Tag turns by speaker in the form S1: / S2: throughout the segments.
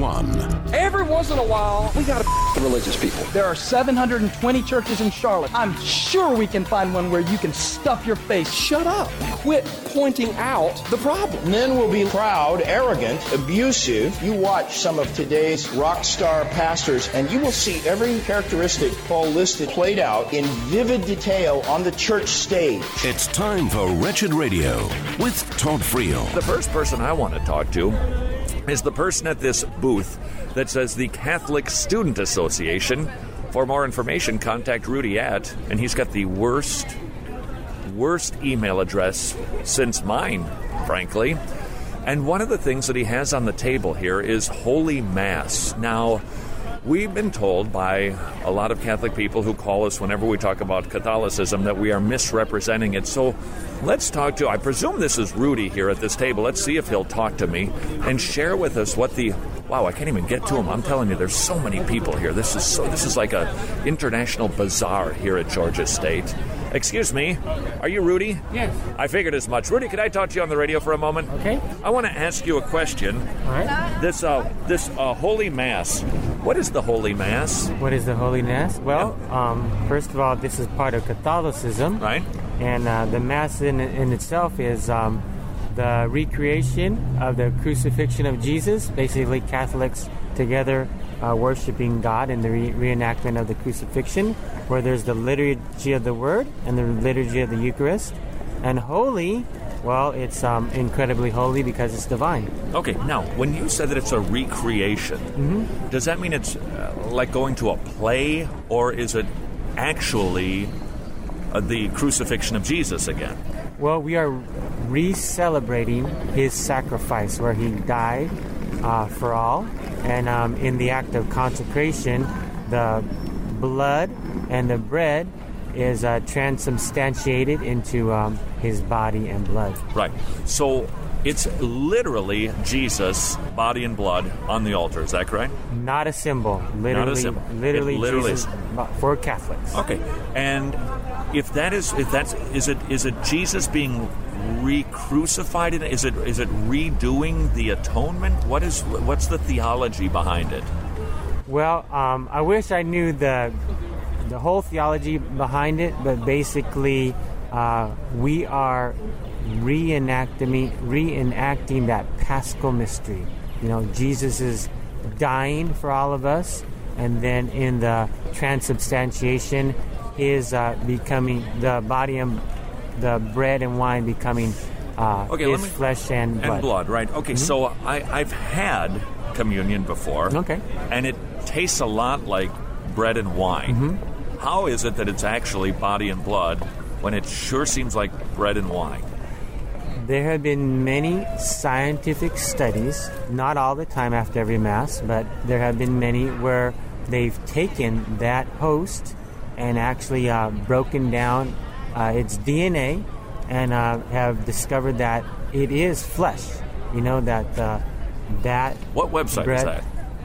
S1: one.
S2: Every once in a while, we gotta.
S3: the religious people.
S2: There are 720 churches in Charlotte. I'm sure we can find one where you can stuff your face. Shut up. Quit pointing out the problem.
S4: Men will be proud, arrogant, abusive. You watch some of today's rock star pastors, and you will see every characteristic Paul listed played out in vivid detail on the church stage.
S1: It's time for Wretched Radio with Todd Friel.
S5: The first person I want to talk to is the person at this booth that says the Catholic Student Association. For more information, contact Rudy at, and he's got the worst, worst email address since mine, frankly. And one of the things that he has on the table here is Holy Mass. Now, we've been told by a lot of Catholic people who call us whenever we talk about Catholicism that we are misrepresenting it. So let's talk to, I presume this is Rudy here at this table. Let's see if he'll talk to me and share with us what the Wow, I can't even get to him. I'm telling you, there's so many people here. This is so. This is like a international bazaar here at Georgia State. Excuse me, are you Rudy?
S6: Yes.
S5: I figured as much. Rudy, could I talk to you on the radio for a moment?
S6: Okay.
S5: I want to ask you a question.
S6: All right.
S5: This uh, this uh, holy mass. What is the holy mass?
S6: What is the Holy Mass? Well, um, first of all, this is part of Catholicism,
S5: Right.
S6: and uh, the Mass in, in itself is um, the recreation of the crucifixion of Jesus. Basically, Catholics together uh, worshiping God in the re- reenactment of the crucifixion, where there's the liturgy of the Word and the liturgy of the Eucharist, and holy. Well, it's um, incredibly holy because it's divine.
S5: Okay. Now, when you said that it's a recreation,
S6: Mm-hmm.
S5: does that mean it's uh, like going to a play, or is it actually uh, the crucifixion of Jesus again?
S6: Well, we are re celebrating his sacrifice where he died uh, for all. And um, in the act of consecration, the blood and the bread is uh, transubstantiated into um, his body and blood.
S5: Right. So it's literally Jesus, body and blood, on the altar. Is that correct?
S6: Not a symbol. Literally,
S5: symbol. It
S6: Literally,
S5: literally
S6: Jesus,
S5: is-
S6: bo- for Catholics.
S5: Okay. And if that is, if that's, is it, is it Jesus being re-crucified? In, is it, is it redoing the atonement? What is, what's the theology behind it?
S6: Well, um, I wish I knew the the whole theology behind it, but basically, uh, we are reenacting reenacting that Paschal mystery. You know, Jesus is dying for all of us, and then in the transubstantiation, is uh, becoming the body and the bread and wine becoming uh,
S5: Okay, let
S6: his
S5: me-
S6: flesh and blood.
S5: And blood, right? Okay.
S6: Mm-hmm.
S5: So I, I've had communion before.
S6: Okay.
S5: And it tastes a lot like bread and wine.
S6: Mm-hmm.
S5: How is it that it's actually body and blood when it sure seems like bread and wine?
S6: There have been many scientific studies, not all the time after every Mass, but there have been many where they've taken that host and actually uh, broken down uh, its DNA and uh, have discovered that it is flesh. You know, that uh, that.
S5: What website is
S6: bread-
S5: that?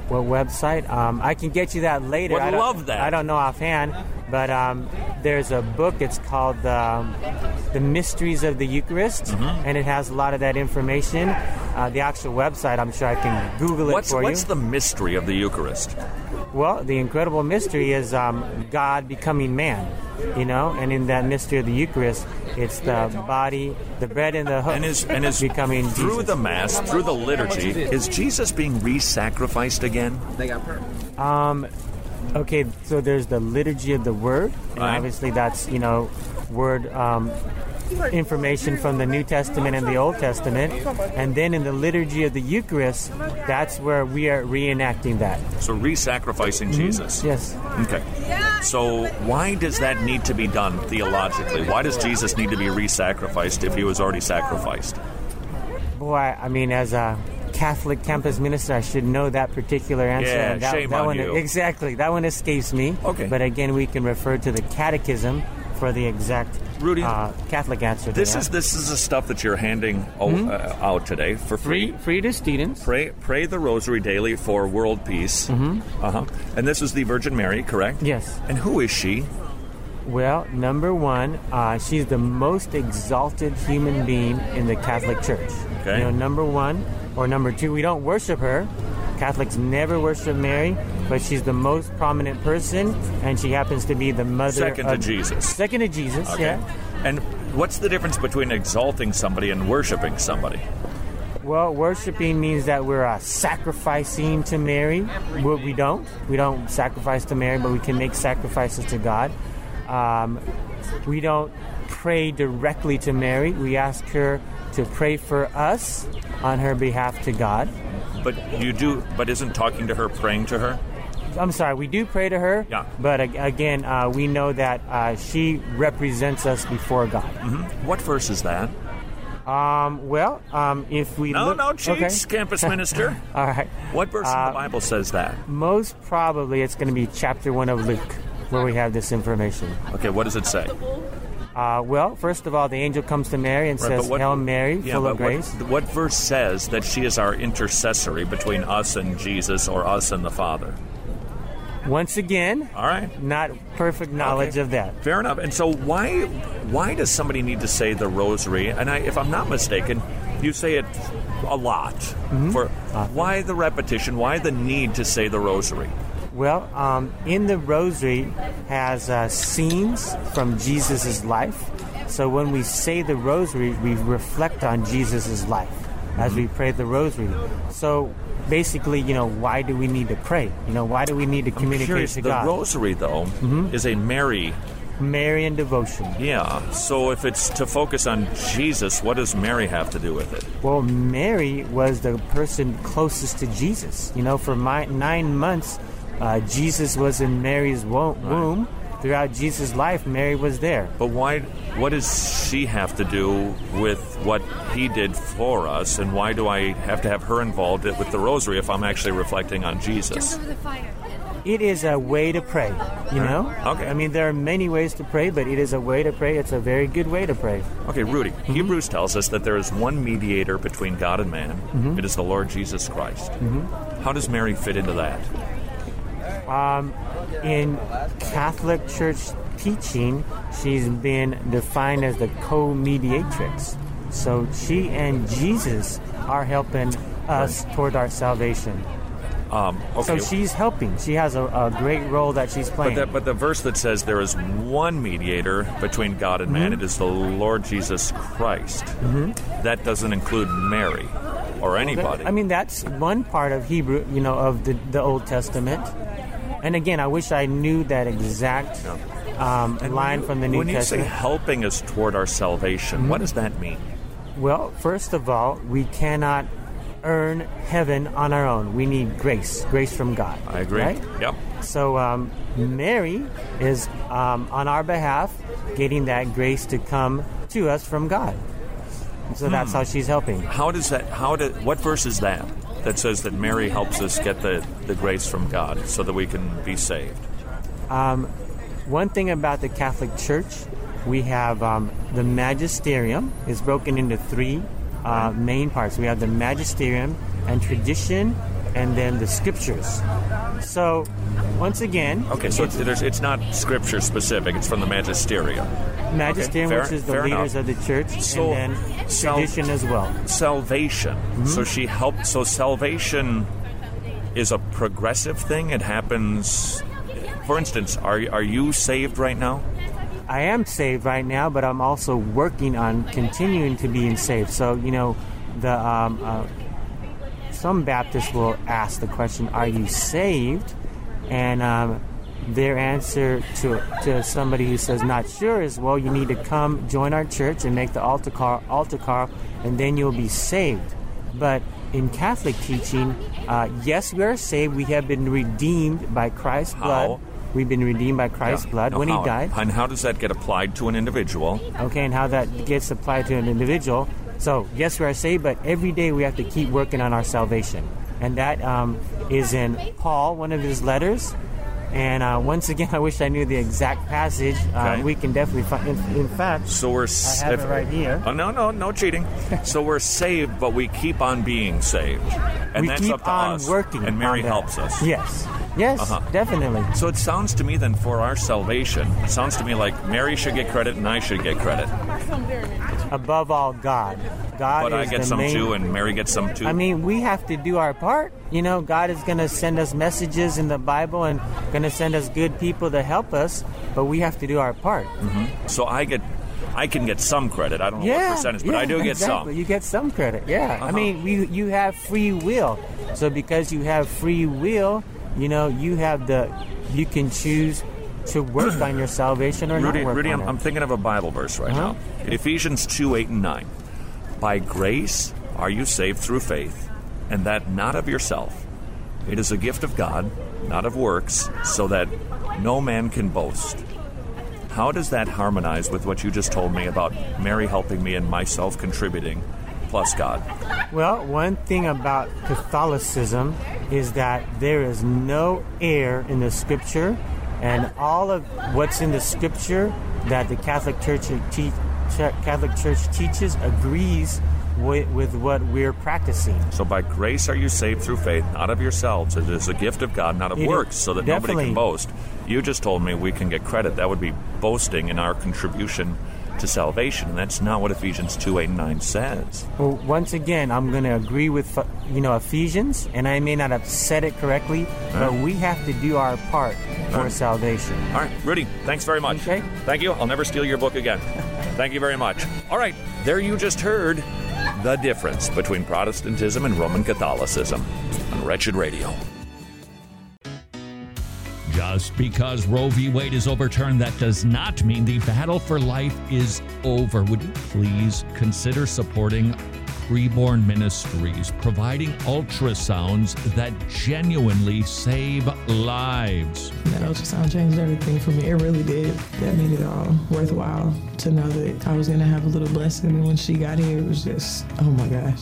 S6: What website? Um, I can get you that later.
S5: Would
S6: I don't-
S5: love that.
S6: I don't know offhand, but um, there's a book. It's called um, "The Mysteries of the Eucharist,"
S5: Mm-hmm.
S6: and it has a lot of that information. Uh, the actual website, I'm sure I can Google it
S5: What's
S6: for
S5: what's
S6: you.
S5: the mystery of the Eucharist?
S6: Well, the incredible mystery is um, God becoming man, you know, and in that mystery of the Eucharist, it's the body, the bread, and the hook
S5: And is and is
S6: becoming
S5: through
S6: Jesus.
S5: the mass, through the liturgy, is Jesus being re-sacrificed again?
S6: Okay, so there's the liturgy of the word, and
S5: Right.
S6: obviously that's you know word um, information from the New Testament and the Old Testament, and then in the liturgy of the Eucharist, that's where we are reenacting that.
S5: So re-sacrificing
S6: Mm-hmm.
S5: Jesus.
S6: Yes.
S5: Okay. So why does that need to be done theologically? Why does Jesus need to be re-sacrificed if he was already sacrificed?
S6: Boy, I mean, as a Catholic campus minister, I should know that particular answer.
S5: Yeah,
S6: and that,
S5: shame
S6: that
S5: on
S6: one,
S5: you.
S6: Exactly, that one escapes me.
S5: Okay.
S6: But again, we can refer to the Catechism for the exact
S5: Rudy,
S6: uh, Catholic answer. to
S5: This
S6: that.
S5: is this is the stuff that you're handing o- uh, out today for free.
S6: Mm-hmm. free, free to students.
S5: Pray, pray the rosary daily for world peace. Mm-hmm. Uh-huh. And this is the Virgin Mary, correct?
S6: Yes.
S5: And who is she?
S6: Well, number one, uh, she's the most exalted human being in the Catholic Church.
S5: Okay.
S6: You know, number one or number two, we don't worship her. Catholics never worship Mary, but she's the most prominent person, and she happens to be the mother.
S5: Second to
S6: of-
S5: Jesus.
S6: Second to Jesus. Yeah.
S5: And what's the difference between exalting somebody and worshiping somebody?
S6: Well, worshiping means that we're uh, sacrificing to Mary. Well, we don't. We don't sacrifice to Mary, but we can make sacrifices to God. Um, we don't pray directly to Mary. We ask her to pray for us on her behalf to God.
S5: But you do. But isn't talking to her praying to her?
S6: I'm sorry, we do pray to her.
S5: Yeah.
S6: But ag- again, uh, we know that uh, she represents us before God.
S5: What verse is that?
S6: Um, well, um, if we
S5: No,
S6: look,
S5: no, cheats,
S6: Okay.
S5: campus minister.
S6: All right.
S5: What verse
S6: Uh,
S5: in the Bible says that?
S6: Most probably it's going to be chapter 1 of Luke where we have this information.
S5: Okay, what does it say?
S6: Uh, well, first of all, the angel comes to Mary and says, Hail Mary,
S5: yeah,
S6: full
S5: but
S6: of
S5: what-
S6: grace.
S5: What, verse says that she is our intercessory between us and Jesus or us and the Father?
S6: Once again,
S5: All right.
S6: not perfect knowledge
S5: Okay.
S6: of that.
S5: Fair enough. And so why why does somebody need to say the rosary? And I, if I'm not mistaken, you say it a lot.
S6: Mm-hmm.
S5: For why the repetition? Why the need to say the rosary?
S6: Well, um, in the rosary has uh, scenes from Jesus' life. So when we say the rosary, we reflect on Jesus' life as we
S5: Mm-hmm.
S6: pray the rosary. So basically, you know, why do we need to pray? You know, why do we need to communicate
S5: Curious,
S6: to
S5: the
S6: God? Mm-hmm.
S5: rosary though is a Mary.
S6: Mary and devotion.
S5: Yeah. So if it's to focus on Jesus, what does Mary have to do with it?
S6: Well, Mary was the person closest to Jesus. You know, for my, nine months, uh, Jesus was in Mary's wo- womb. Throughout Jesus' life, Mary was there.
S5: But why? What does she have to do with what he did for us? And why do I have to have her involved with the rosary if I'm actually reflecting on Jesus?
S3: Over the fire.
S6: It is a way to pray, you know?
S5: Okay.
S6: I mean, there are many ways to pray, but it is a way to pray. It's a very good way to pray.
S5: Okay, Rudy.
S6: Mm-hmm.
S5: Hebrews tells us that there is one mediator between God and man.
S6: Mm-hmm.
S5: It is the Lord Jesus Christ. How does Mary fit into that?
S6: In Catholic Church teaching, she's been defined as the co mediatrix. So she and Jesus are helping us toward our salvation.
S5: Um,
S6: So
S5: okay.
S6: she's helping. She has a, a great role that she's
S5: but,
S6: playing.
S5: that, but the verse that says there is one mediator between God and
S6: Mm-hmm.
S5: man, it is the Lord Jesus Christ. That doesn't include Mary or anybody.
S6: I mean, that's one part of Hebrew, you know, of the, the Old Testament. And again, I wish I knew that exact um, line from the New
S5: when
S6: Testament. Mm-hmm.
S5: you say helping us toward our salvation, what does that mean?
S6: Well, first of all, we cannot earn heaven on our own. We need grace, grace from God.
S5: I agree.
S6: Right?
S5: Yep.
S6: So um, Mary is um, on our behalf getting that grace to come to us from God. So that's
S5: Hmm.
S6: how she's helping.
S5: How does that? How do? What verse is that that says that Mary helps us get the the grace from God so that we can be saved?
S6: One thing about the Catholic Church, we have um, the magisterium is broken into three uh, main parts. We have the magisterium and tradition, and then the scriptures. So, once again,
S5: Okay, so it's, there's, it's not scripture specific. It's from the Magisterium.
S6: magisterium,
S5: fair-
S6: which is the
S5: fair
S6: leaders
S5: enough.
S6: of the church,
S5: So,
S6: and then
S5: sal-
S6: tradition as well.
S5: Salvation.
S6: Mm-hmm.
S5: So she helped. So salvation is a progressive thing. It happens. For instance, are are you saved right now?
S6: I am saved right now, but I'm also working on continuing to being saved. So, you know, the um, uh, some Baptists will ask the question, "Are you saved?" And um, their answer to to somebody who says not sure is, "Well, you need to come join our church and make the altar call, altar call, and then you'll be saved." But in Catholic teaching, uh, yes, we are saved. We have been redeemed by Christ's
S5: How?
S6: blood. We've been redeemed by Christ's
S5: Yeah.
S6: blood
S5: No,
S6: when
S5: how-
S6: He died
S5: And how does that get applied to an individual?
S6: okay, and how that gets applied to an individual. So, yes, we are saved, but every day we have to keep working on our salvation. And that um, is in Paul, one of his letters. And uh, once again, I wish I knew the exact passage. Uh,
S5: Okay.
S6: We can definitely find, in, in fact,
S5: So we're. s-
S6: I have it right here.
S5: Oh no, no, no cheating. so we're saved, but we keep on being saved, and
S6: we
S5: that's
S6: keep
S5: up to
S6: on
S5: us.
S6: working.
S5: and Mary
S6: on that.
S5: helps us. Uh-huh.
S6: Yes. Yes, definitely.
S7: So it sounds to me then for our salvation, it sounds to me like Mary should get credit and I should get credit.
S6: Above all, God. God
S7: But
S6: is
S7: I get
S6: the
S7: some
S6: main.
S7: too and Mary gets some too.
S6: I mean, we have to do our part. You know, God is going to send us messages in the Bible and going to send us good people to help us, but we have to do our part.
S7: so I get I can get some credit. I don't know
S6: Yeah,
S7: what percentage, but
S6: yeah,
S7: I do get
S6: exactly.
S7: some.
S6: You get some credit. Yeah,
S7: Uh-huh.
S6: I mean, we, you have free will. So because you have free will, you know, you have the, you can choose to work on your salvation or
S7: Rudy,
S6: not work
S7: Rudy
S6: on
S7: I'm, I'm
S6: it.
S7: thinking of a Bible verse right
S6: Uh-huh.
S7: now. Ephesians 2 8 and 9. By grace are you saved through faith, and that not of yourself. It is a gift of God, not of works, so that no man can boast. How does that harmonize with what you just told me about Mary helping me and myself contributing, plus God?
S6: Well, one thing about Catholicism is that there is no error in the scripture, and all of what's in the scripture that the Catholic Church te- Ch- Catholic Church teaches agrees with, with what we're practicing.
S7: So by grace are you saved through faith, not of yourselves. It is a gift of God, not of
S6: It is-
S7: works, so that nobody
S6: definitely.
S7: can boast. You just told me we can get credit. That would be boasting in our contribution to salvation, and that's not what Ephesians two eight and nine says.
S6: Well, once again, I'm going to agree with uh, you know Ephesians, and I may not have said it correctly, but we have to do our part for salvation.
S7: All right, Rudy, thanks very much.
S6: Okay.
S7: Thank you. I'll never steal your book again. Thank you very much. All right, there you just heard the difference between Protestantism and Roman Catholicism on Wretched Radio.
S5: Just because Roe v. Wade is overturned, that does not mean the battle for life is over. Would you please consider supporting preborn ministries, providing ultrasounds that genuinely save lives?
S8: That ultrasound changed everything for me. It really did. That made it all worthwhile to know that I was gonna have a little blessing. And when she got here, it was just, oh my gosh.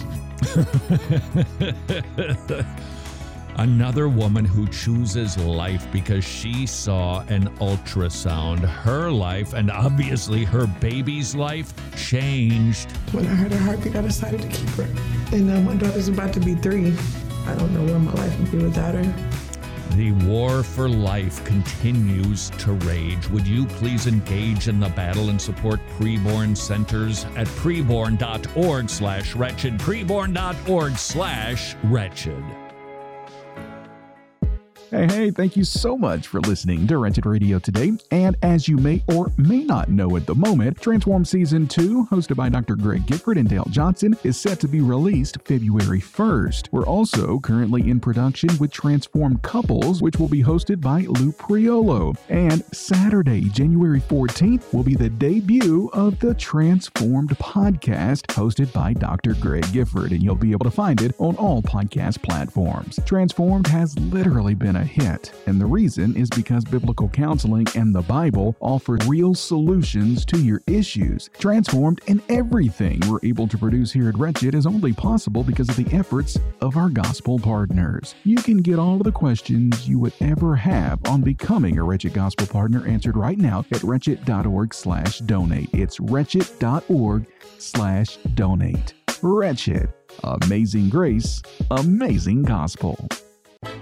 S5: Another woman who chooses life because she saw an ultrasound. Her life, and obviously her baby's life, changed.
S8: When I heard her heartbeat, I decided to keep her. And now my daughter's about to be three. I don't know where my life would be without her.
S5: The war for life continues to rage. Would you please engage in the battle and support preborn centers at preborn.org slash wretched, preborn.org slash wretched.
S9: Hey, hey, thank you so much for listening to Rented Radio today. And as you may or may not know at the moment, Transform Season 2, hosted by Dr. Greg Gifford and Dale Johnson, is set to be released February 1st. We're also currently in production with Transform Couples, which will be hosted by Lou Priolo. And Saturday, January 14th, will be the debut of the Transformed podcast, hosted by Dr. Greg Gifford, and you'll be able to find it on all podcast platforms. Transformed has literally been a hit, and the reason is because biblical counseling and the Bible offer real solutions to your issues. Transformed and everything we're able to produce here at Wretched is only possible because of the efforts of our gospel partners. You can get all of the questions you would ever have on becoming a Wretched Gospel Partner answered right now at wretched.org slash donate. It's wretched.org slash donate. Wretched. Amazing grace. Amazing gospel.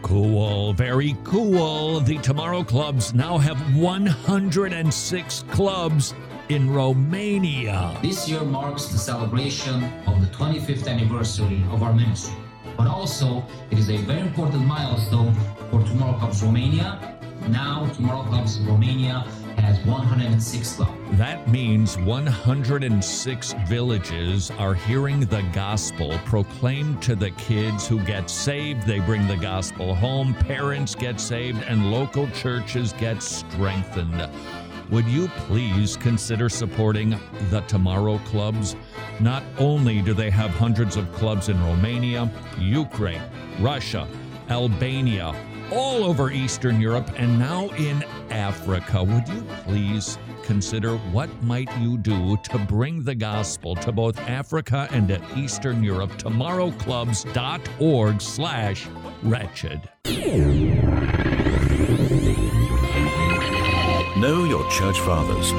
S5: Cool, very cool. The Tomorrow Clubs now have 106 clubs in Romania.
S10: This year marks the celebration of the 25th anniversary of our ministry, but also it is a very important milestone for Tomorrow Clubs Romania. Now, Tomorrow Clubs Romania has 106 clubs.
S5: That means 106 villages are hearing the gospel proclaimed to the kids who get saved. They bring the gospel home, parents get saved, and local churches get strengthened. Would you please consider supporting the Tomorrow Clubs? Not only do they have hundreds of clubs in Romania, Ukraine, Russia, Albania, all over Eastern Europe, and now in Africa. Would you please consider what might you do to bring the gospel to both Africa and to Eastern Europe? Tomorrowclubs.org slash wretched.
S1: Know your church fathers.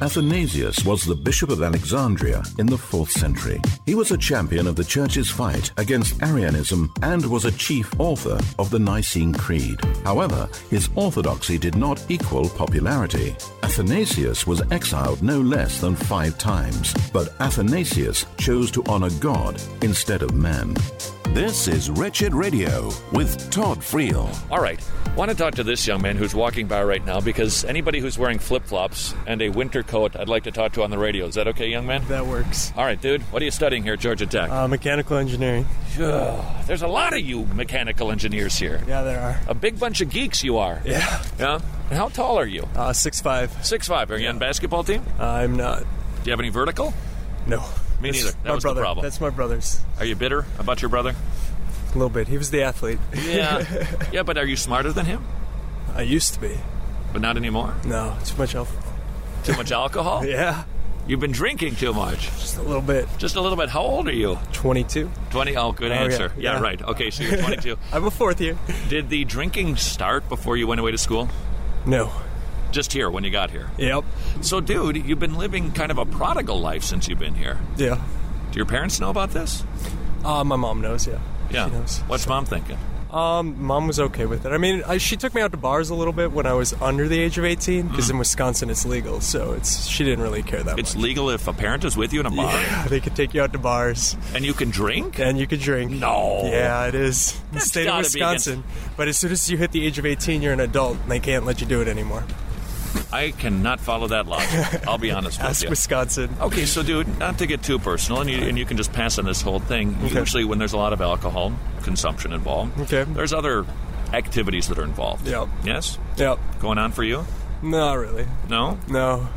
S1: Athanasius was the Bishop of Alexandria in the 4th century. He was a champion of the Church's fight against Arianism and was a chief author of the Nicene Creed. However, his orthodoxy did not equal popularity. Athanasius was exiled no less than five times, but Athanasius chose to honor God instead of man.
S11: This is Wretched Radio with Todd Friel.
S5: All right. Want to talk to this young man who's walking by right now because anybody who's wearing flip flops and a winter coat, I'd like to talk to on the radio. Is that okay, young man?
S12: That works.
S5: All right, dude. What are you studying here at Georgia Tech?
S12: Uh, mechanical engineering.
S5: Ugh, there's a lot of you mechanical engineers here.
S12: Yeah, there are.
S5: A big bunch of geeks you are.
S12: Yeah.
S5: Yeah. And how tall are you?
S12: Uh, six five.
S5: Six five. Are you on basketball team?
S12: I'm not.
S5: Do you have any vertical?
S12: No.
S5: Me
S12: That's
S5: neither. That
S12: my
S5: was the
S12: brother.
S5: problem.
S12: That's my brother's.
S5: Are you bitter about your brother?
S12: A little bit. He was the athlete.
S5: Yeah. yeah, but are you smarter than him?
S12: I used to be.
S5: But not anymore.
S12: No, too much alcohol.
S5: Too much alcohol?
S12: Yeah,
S5: You've been drinking too much.
S12: just a little bit.
S5: Just a little bit. How old are you?
S12: 22.
S5: 20. Oh, good answer. yeah,
S12: yeah.
S5: right. Okay, so you're 22.
S12: I'm a fourth year.
S5: Did the drinking start before you went away to school?
S12: No.
S5: Just here when you got here.
S12: Yep.
S5: So, dude, you've been living kind of a prodigal life since you've been here.
S12: Yeah.
S5: Do your parents know about this?
S12: Uh, my mom knows, yeah.
S5: Yeah.
S12: She knows.
S5: What's mom thinking?
S12: Um, mom was okay with it. I mean, I, she took me out to bars a little bit when I was under the age of 18, because in Wisconsin it's legal, so it's she didn't really care that
S5: Mm-hmm. It's
S12: much.
S5: legal if a parent is with you in a bar
S12: Yeah, they could take you out to bars
S5: and you can drink?
S12: and you could drink.
S5: No.
S12: Yeah, it is. In The
S5: That's
S12: state of
S5: gotta be against-
S12: Wisconsin. But as soon as you hit the age of 18, you're an adult, and they can't let you do it anymore.
S5: I cannot follow that logic. I'll be honest with
S12: Ask
S5: you.
S12: Wisconsin.
S5: Okay, so dude, not to get too personal, and you, and you can just pass on this whole thing. Usually, when there's a lot of alcohol consumption involved,
S12: Okay.
S5: there's other activities that are involved.
S12: Yep.
S5: Yes,
S12: Yep.
S5: going on for you?
S12: Not really.
S5: No,
S12: No.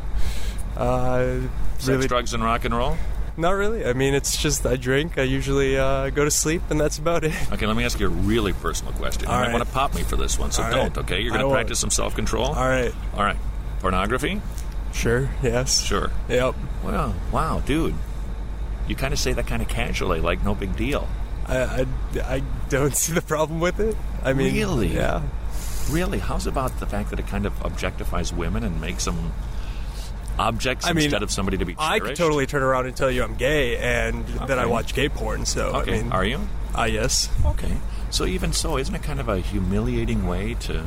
S12: Uh,
S5: sex,
S12: really,
S5: drugs, and rock and roll.
S12: not really. I mean, it's just I drink. I usually uh, go to sleep, and that's about it.
S5: Okay, let me ask you a really personal question. you
S12: All
S5: might
S12: right.
S5: want to pop me for this one, so
S12: All right.
S5: don't. Okay, you're
S12: I
S5: going to
S12: won't.
S5: practice some self control.
S12: All right.
S5: All right. Pornography?
S12: Sure. Yes.
S5: Sure.
S12: Yep.
S5: Well, wow, dude, you kind of say that kind of casually, like no big deal.
S12: I, I, I don't see the problem with it. I mean,
S5: Really?
S12: Yeah.
S5: Really? How's about the fact that it kind of objectifies women and makes them objects
S12: I mean,
S5: instead of somebody to be cherished?
S12: I could totally turn around and tell you I'm gay, and that I
S5: Okay.
S12: watch gay porn. So
S5: Okay,
S12: I mean,
S5: are you?
S12: Ah, yes.
S5: Okay. So even so, isn't it kind of a humiliating way to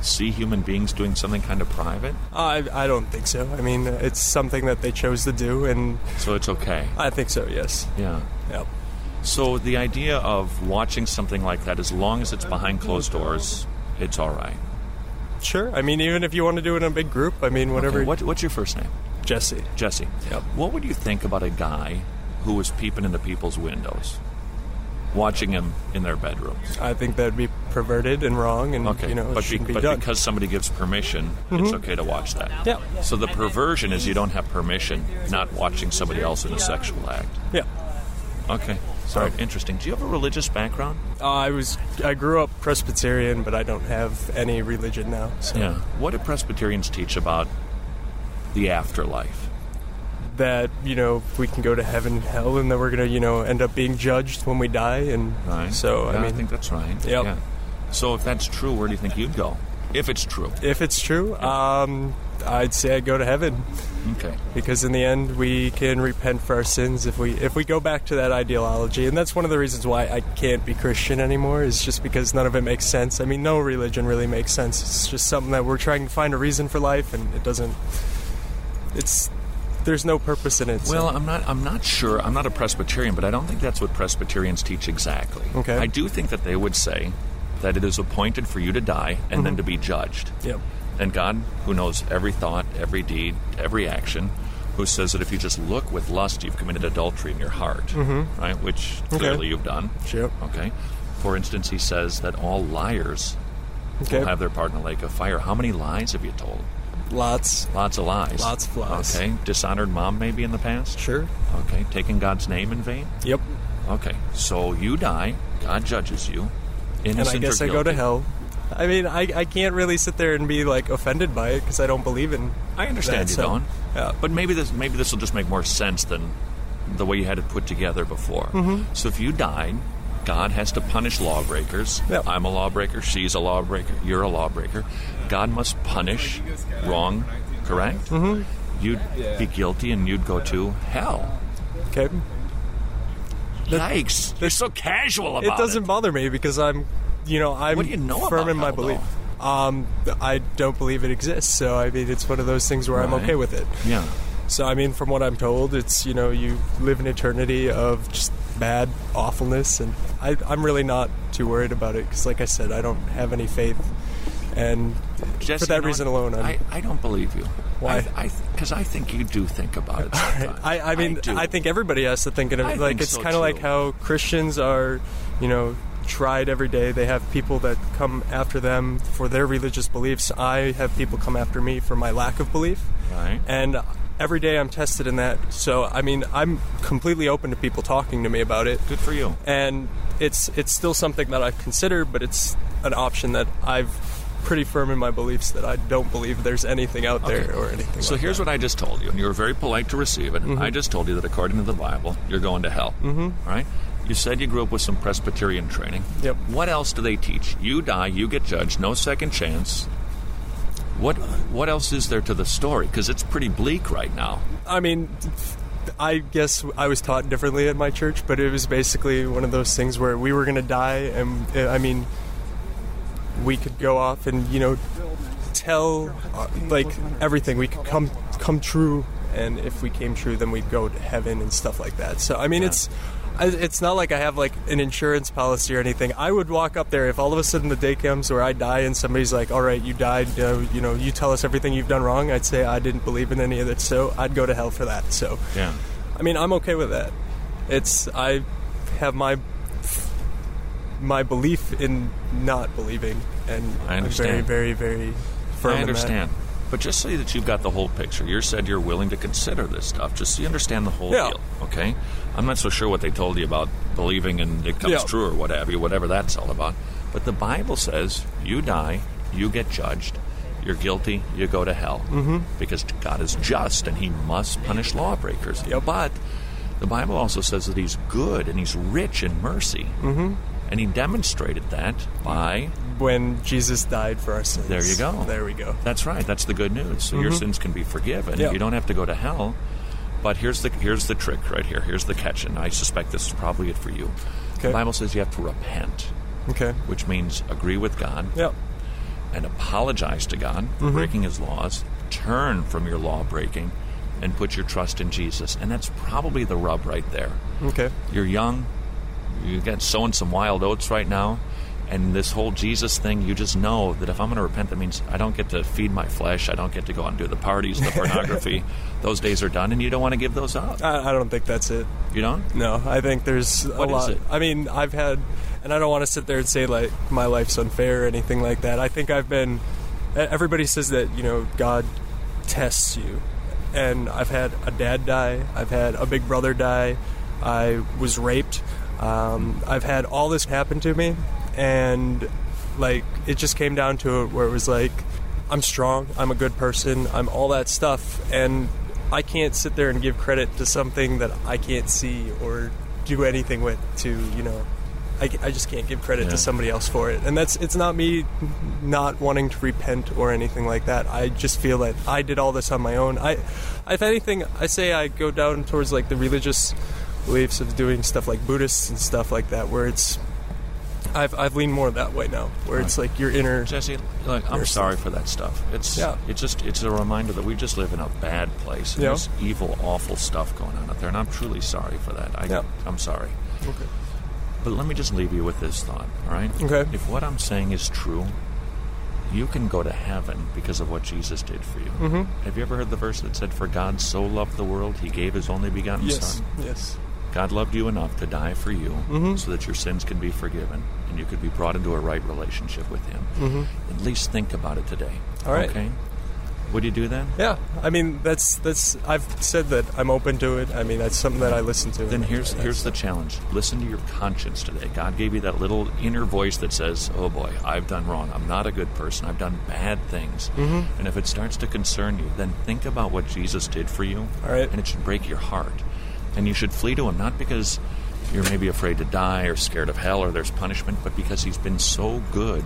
S5: see human beings doing something kind of private?
S12: I, I don't think so. I mean, it's something that they chose to do, and
S5: So it's okay.
S12: I think so. Yes.
S5: Yeah.
S12: Yep.
S5: So the idea of watching something like that, as long as it's behind closed doors, it's all right.
S12: Sure. I mean, even if you want to do it in a big group, I mean, whatever.
S5: Okay, what, what's your first name?
S12: Jesse.
S5: Jesse.
S12: Yep.
S5: What would you think about a guy who was peeping into people's windows, watching him in their bedrooms?
S12: I think that would be perverted and wrong, and
S5: Okay,
S12: you know, it
S5: but,
S12: shouldn't be
S5: but
S12: done. Mm-hmm.
S5: because somebody gives permission, it's okay to watch that.
S12: Yeah.
S5: So the perversion is you don't have permission not watching somebody else in a sexual act.
S12: yeah,
S5: Okay. Sorry. Interesting. Do you have a religious background?
S12: uh, I was I grew up Presbyterian, but I don't have any religion now. So
S5: Yeah. What do Presbyterians teach about the afterlife?
S12: that you know we can go to heaven and hell, and that we're gonna you know end up being judged when we die, and
S5: Right.
S12: so
S5: Yeah,
S12: I mean,
S5: think that's right.
S12: Yep.
S5: Yeah. So if that's true, where do you think you'd go? If it's true.
S12: if it's true, um, I'd say I go to heaven
S5: Okay.
S12: because in the end we can repent for our sins if we if we go back to that ideology, and that's one of the reasons why I can't be Christian anymore is just because none of it makes sense. I mean, no religion really makes sense. It's just something that we're trying to find a reason for life, and it doesn't. It's there's no purpose in it. so-
S5: Well, I'm not. I'm not sure. I'm not a Presbyterian, but I don't think that's what Presbyterians teach exactly.
S12: Okay.
S5: I do think that they would say that it is appointed for you to die and then to be judged.
S12: Yep.
S5: And God, who knows every thought, every deed, every action, who says that if you just look with lust, you've committed adultery in your heart, mm-hmm. right? Which clearly you've done.
S12: Yep.
S5: Okay. For instance, he says that all liars
S12: Okay.
S5: will have their part in the lake of fire. How many lies have you told?
S12: Lots.
S5: Lots of lies.
S12: Lots of lies.
S5: Okay. Dishonored mom, maybe in the past.
S12: Sure.
S5: Okay, taking God's name in vain?
S12: Yep.
S5: Okay, so you die, God judges you. Innocent
S12: and I guess
S5: or
S12: I go to
S5: guilty.
S12: hell. I mean, I, I can't really sit there and be like offended by it because I don't believe in.
S5: I understand
S12: that,
S5: you,
S12: so-
S5: Don.
S12: Yeah.
S5: But maybe this maybe this will just make more sense than the way you had it put together before.
S12: Mm-hmm.
S5: So if you died, God has to punish lawbreakers.
S12: Yep.
S5: I'm a lawbreaker, she's a lawbreaker, you're a lawbreaker. God must punish wrong correct? Mm-hmm. You'd be guilty and you'd go to hell.
S12: Okay.
S5: Yikes! They're so casual about it.
S12: it doesn't bother me because I'm, you know, I'm
S5: What do you know
S12: firm
S5: about
S12: in my
S5: hell,
S12: belief. Um, I don't believe it exists, so I mean, it's one of those things where I'm
S5: Right.
S12: okay with it.
S5: Yeah.
S12: So I mean, from what I'm told, it's you know you live an eternity of just bad awfulness, and I, I'm really not too worried about it because, like I said, I don't have any faith, and
S5: Jesse,
S12: for
S5: you
S12: that
S5: know
S12: reason
S5: what?
S12: alone, I'm,
S5: I, I don't believe you.
S12: Why?
S5: I because I, think you do think about it. Sometimes.
S12: I, I mean,
S5: do.
S12: I, think everybody has to think of it.
S5: I
S12: like
S5: think
S12: it's
S5: so,
S12: kind of like
S5: too.
S12: how Christians are, you know, tried every day. They have people that come after them for their religious beliefs. I have people come after me for my lack of belief.
S5: Right.
S12: And every day I'm tested in that. So I mean, I'm completely open to people talking to me about it.
S5: Good for you.
S12: And it's it's still something that I consider, but it's an option that I've pretty firm in my beliefs that I don't believe there's anything out there
S5: Okay.
S12: or anything.
S5: So
S12: like
S5: here's what I just told you, and you were very polite to receive it. I just told you that according to the Bible, you're going to hell. Mm-hmm. All right. You said you grew up with some Presbyterian training.
S12: Yep.
S5: What else do they teach? You die, you get judged, no second chance. What What else is there to the story? Because it's pretty bleak right now.
S12: I mean, I guess I was taught differently at my church, but it was basically one of those things where we were going to die, and uh, I mean, we could go off and you know tell uh, like everything. We could come come true, and if we came true, then we'd go to heaven and stuff like that. So I mean, it's. I- It's not like I have like an insurance policy or anything. I would walk up there if all of a sudden the day comes where I die and somebody's like, "All right, you died. Uh, you know, you tell us everything you've done wrong." I'd say I didn't believe in any of it, so I'd go to hell for that. So
S5: Yeah.
S12: I mean, I'm okay with that. It's I have my my belief in not believing, and
S5: I
S12: I'm
S5: understand.
S12: very, very, very firm.
S5: I
S12: in that.
S5: understand. But just so that you've got the whole picture, you said you're willing to consider this stuff, just so you understand the whole
S12: Yeah.
S5: deal, okay? I'm not so sure what they told you about believing and it comes
S12: Yeah.
S5: true or what have you, whatever that's all about. But the Bible says you die, you get judged, you're guilty, you go to hell. Mm-hmm. Because God is just and he must punish lawbreakers. But the Bible also says that he's good and he's rich in mercy. Mm-hmm. And he demonstrated that by
S12: When Jesus died for our sins,
S5: there you go.
S12: There we go. Mm-hmm.
S5: That's right. That's the good news. So your sins can be forgiven.
S12: Yeah.
S5: You don't have to go to hell. But here's the here's the trick right here. Here's the catch, and I suspect this is probably it for you. The
S12: Okay.
S5: Bible says you have to repent,
S12: Okay.
S5: which means agree with God
S12: Yep.
S5: and apologize to God
S12: Mm-hmm.
S5: for breaking His laws, turn from your law breaking, and put your trust in Jesus. And that's probably the rub right there.
S12: Okay.
S5: You're young. You got sowing some wild oats right now. And this whole Jesus thing, you just know that if I'm going to repent, that means I don't get to feed my flesh. I don't get to go out and do the parties, the pornography. those days are done, and you don't want to give those up.
S12: I, I don't think that's it.
S5: You don't?
S12: No, I think there's a
S5: What is
S12: lot.
S5: it?
S12: I mean, I've had, and I don't want to sit there and say like my life's unfair or anything like that. I think I've been. e- Everybody says that you know God tests you, and I've had a dad die. I've had a big brother die. I was raped. Um, I've had all this happen to me, and like it just came down to it where it was like I'm strong, I'm a good person, I'm all that stuff, and I can't sit there and give credit to something that I can't see or do anything with. To you know, I, I just can't give credit
S5: Yeah.
S12: to somebody else for it, and that's it's not me not wanting to repent or anything like that. I just feel that I did all this on my own. I, if anything, I say I go down towards like the religious beliefs of doing stuff like Buddhists and stuff like that, where it's I've, I've leaned more that way now, where it's like your inner.
S5: Jesse, look, I'm
S12: Yourself.
S5: sorry for that stuff. It's
S12: Yeah.
S5: it's just it's a reminder that we just live in a bad place. And
S12: Yeah.
S5: There's evil, awful stuff going on out there, and I'm truly sorry for that. I,
S12: Yeah.
S5: I'm sorry. Okay. But let me just leave you with this thought, all right?
S12: Okay.
S5: If what I'm saying is true, you can go to heaven because of what Jesus did for you.
S12: Mm-hmm.
S5: Have you ever heard the verse that said, "For God so loved the world, He gave His only begotten
S12: Yes,
S5: Son."
S12: yes.
S5: God loved you enough to die for you
S12: Mm-hmm.
S5: so that your sins can be forgiven and you could be brought into a right relationship with Him. At least think about it today.
S12: Mm-hmm. All right.
S5: Okay? Would you do that?
S12: Yeah, I mean that's that's. I've said that I'm open to it. I mean that's something that I listen to.
S5: Then here's here's the challenge. Listen to your conscience today. God gave you that little inner voice that says, "Oh boy, I've done wrong. I'm not a good person. I've done bad things."
S12: Mm-hmm.
S5: And if it starts to concern you, then think about what Jesus did for you,
S12: All right.
S5: and it should break your heart. And you should flee to Him not because you're maybe afraid to die or scared of hell or there's punishment, but because He's been so good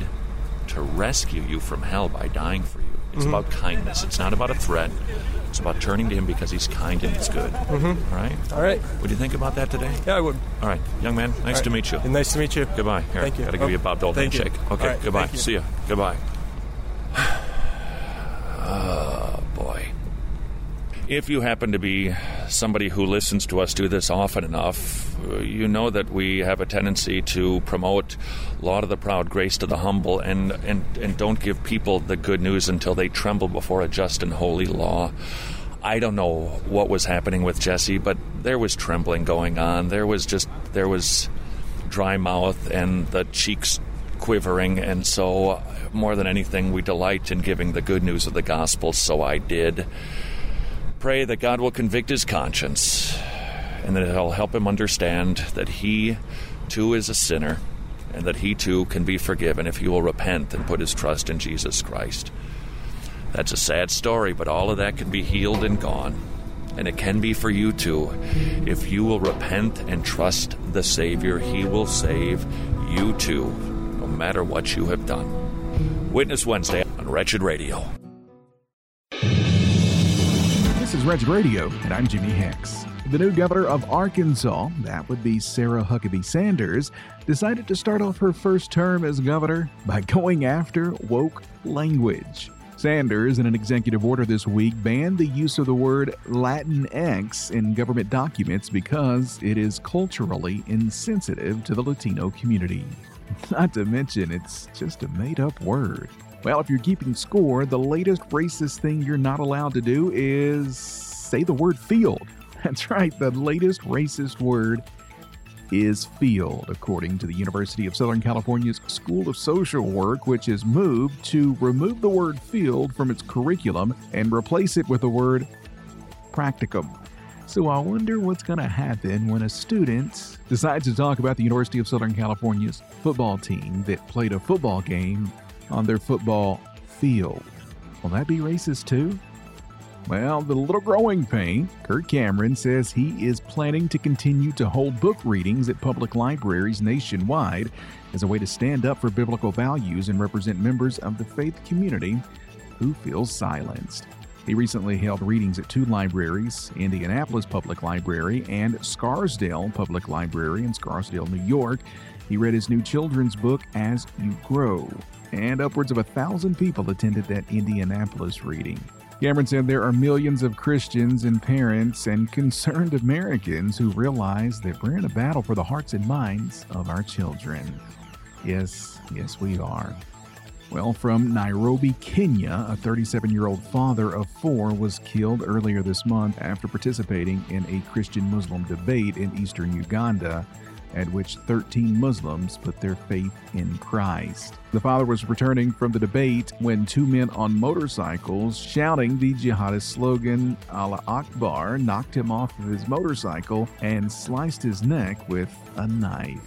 S5: to rescue you from hell by dying for you. It's
S12: Mm-hmm.
S5: about kindness. It's not about a threat. It's about turning to Him because He's kind and it's good. Mm-hmm. All right?
S12: All right.
S5: Would you think about that today?
S12: Yeah, I would.
S5: All right, young man, nice
S12: right.
S5: to meet you.
S12: And nice to meet you.
S5: Goodbye. Here,
S12: Thank you.
S5: Gotta give
S12: Oh,
S5: you a Bob Dole
S12: thank you.
S5: handshake. Okay,
S12: All right,
S5: goodbye.
S12: thank you.
S5: See ya. Goodbye. oh, boy. If you happen to be somebody who listens to us do this often enough, uh, you know that we have a tendency to promote law to the proud, grace to the humble, and, and, and don't give people the good news until they tremble before a just and holy law. I don't know what was happening with Jesse, but there was trembling going on. There was just, there was dry mouth and the cheeks quivering, and so uh, more than anything, we delight in giving the good news of the gospel, so I did. Pray that God will convict his conscience and that it'll help him understand that he too is a sinner and that he too can be forgiven if he will repent and put his trust in Jesus Christ. That's a sad story, but all of that can be healed and gone. And it can be for you too. If you will repent and trust the Savior, He will save you too, no matter what you have done. Witness Wednesday on Wretched Radio.
S9: This is Wretched Radio, and I'm Jimmy Hicks. The new governor of Arkansas, that would be Sarah Huckabee Sanders, decided to start off her first term as governor by going after woke language. Sanders, in an executive order this week, banned the use of the word Latinx in government documents because it is culturally insensitive to the Latino community. Not to mention, it's just a made up word. Well, if you're keeping score, the latest racist thing you're not allowed to do is say the word field. That's right, the latest racist word is field, according to the University of Southern California's School of Social Work, which has moved to remove the word field from its curriculum and replace it with the word practicum. So I wonder what's going to happen when a student decides to talk about the University of Southern California's football team that played a football game on their football field. Will that be racist too? Well, the little growing pain, Kurt Cameron says he is planning to continue to hold book readings at public libraries nationwide as a way to stand up for biblical values and represent members of the faith community who feel silenced. He recently held readings at two libraries Indianapolis Public Library and Scarsdale Public Library in Scarsdale, New York. He read his new children's book, As You Grow, and upwards of a thousand people attended that Indianapolis reading. Cameron said there are millions of Christians and parents and concerned Americans who realize that we're in a battle for the hearts and minds of our children. Yes, yes, we are. Well, from Nairobi, Kenya, a 37 year old father of four was killed earlier this month after participating in a Christian Muslim debate in eastern Uganda, at which 13 Muslims put their faith in Christ. The father was returning from the debate when two men on motorcycles shouting the jihadist slogan Allah Akbar knocked him off of his motorcycle and sliced his neck with a knife.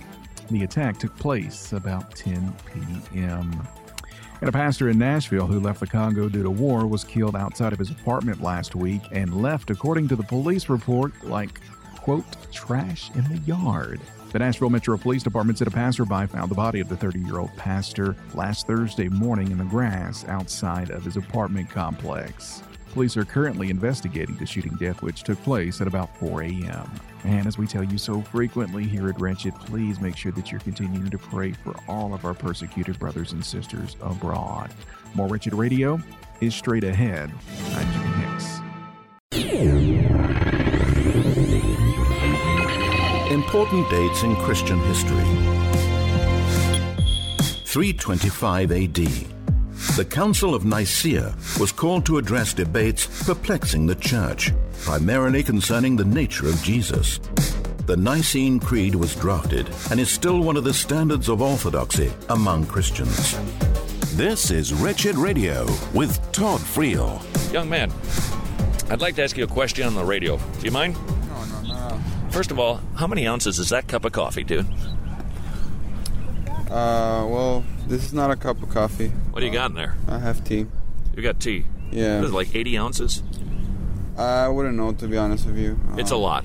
S9: The attack took place about 10 p.m. And a pastor in Nashville who left the Congo due to war was killed outside of his apartment last week and left, according to the police report, like, quote, trash in the yard. The Nashville Metro Police Department said a passerby found the body of the 30 year old pastor last Thursday morning in the grass outside of his apartment complex. Police are currently investigating the shooting death, which took place at about 4 a.m. And as we tell you so frequently here at Wretched, please make sure that you're continuing to pray for all of our persecuted brothers and sisters abroad. More Wretched Radio is straight ahead. I'm Jimmy Hicks.
S1: Important dates in Christian history. 325 AD. The Council of Nicaea was called to address debates perplexing the church, primarily concerning the nature of Jesus. The Nicene Creed was drafted and is still one of the standards of orthodoxy among Christians.
S11: This is Wretched Radio with Todd Friel.
S5: Young man, I'd like to ask you a question on the radio. Do you mind? First of all, how many ounces is that cup of coffee, dude?
S8: Uh, well, this is not a cup of coffee.
S5: What do you got in there?
S8: I have tea.
S5: You got tea.
S8: Yeah.
S5: This is like 80 ounces.
S8: I wouldn't know, to be honest with you.
S5: It's a lot.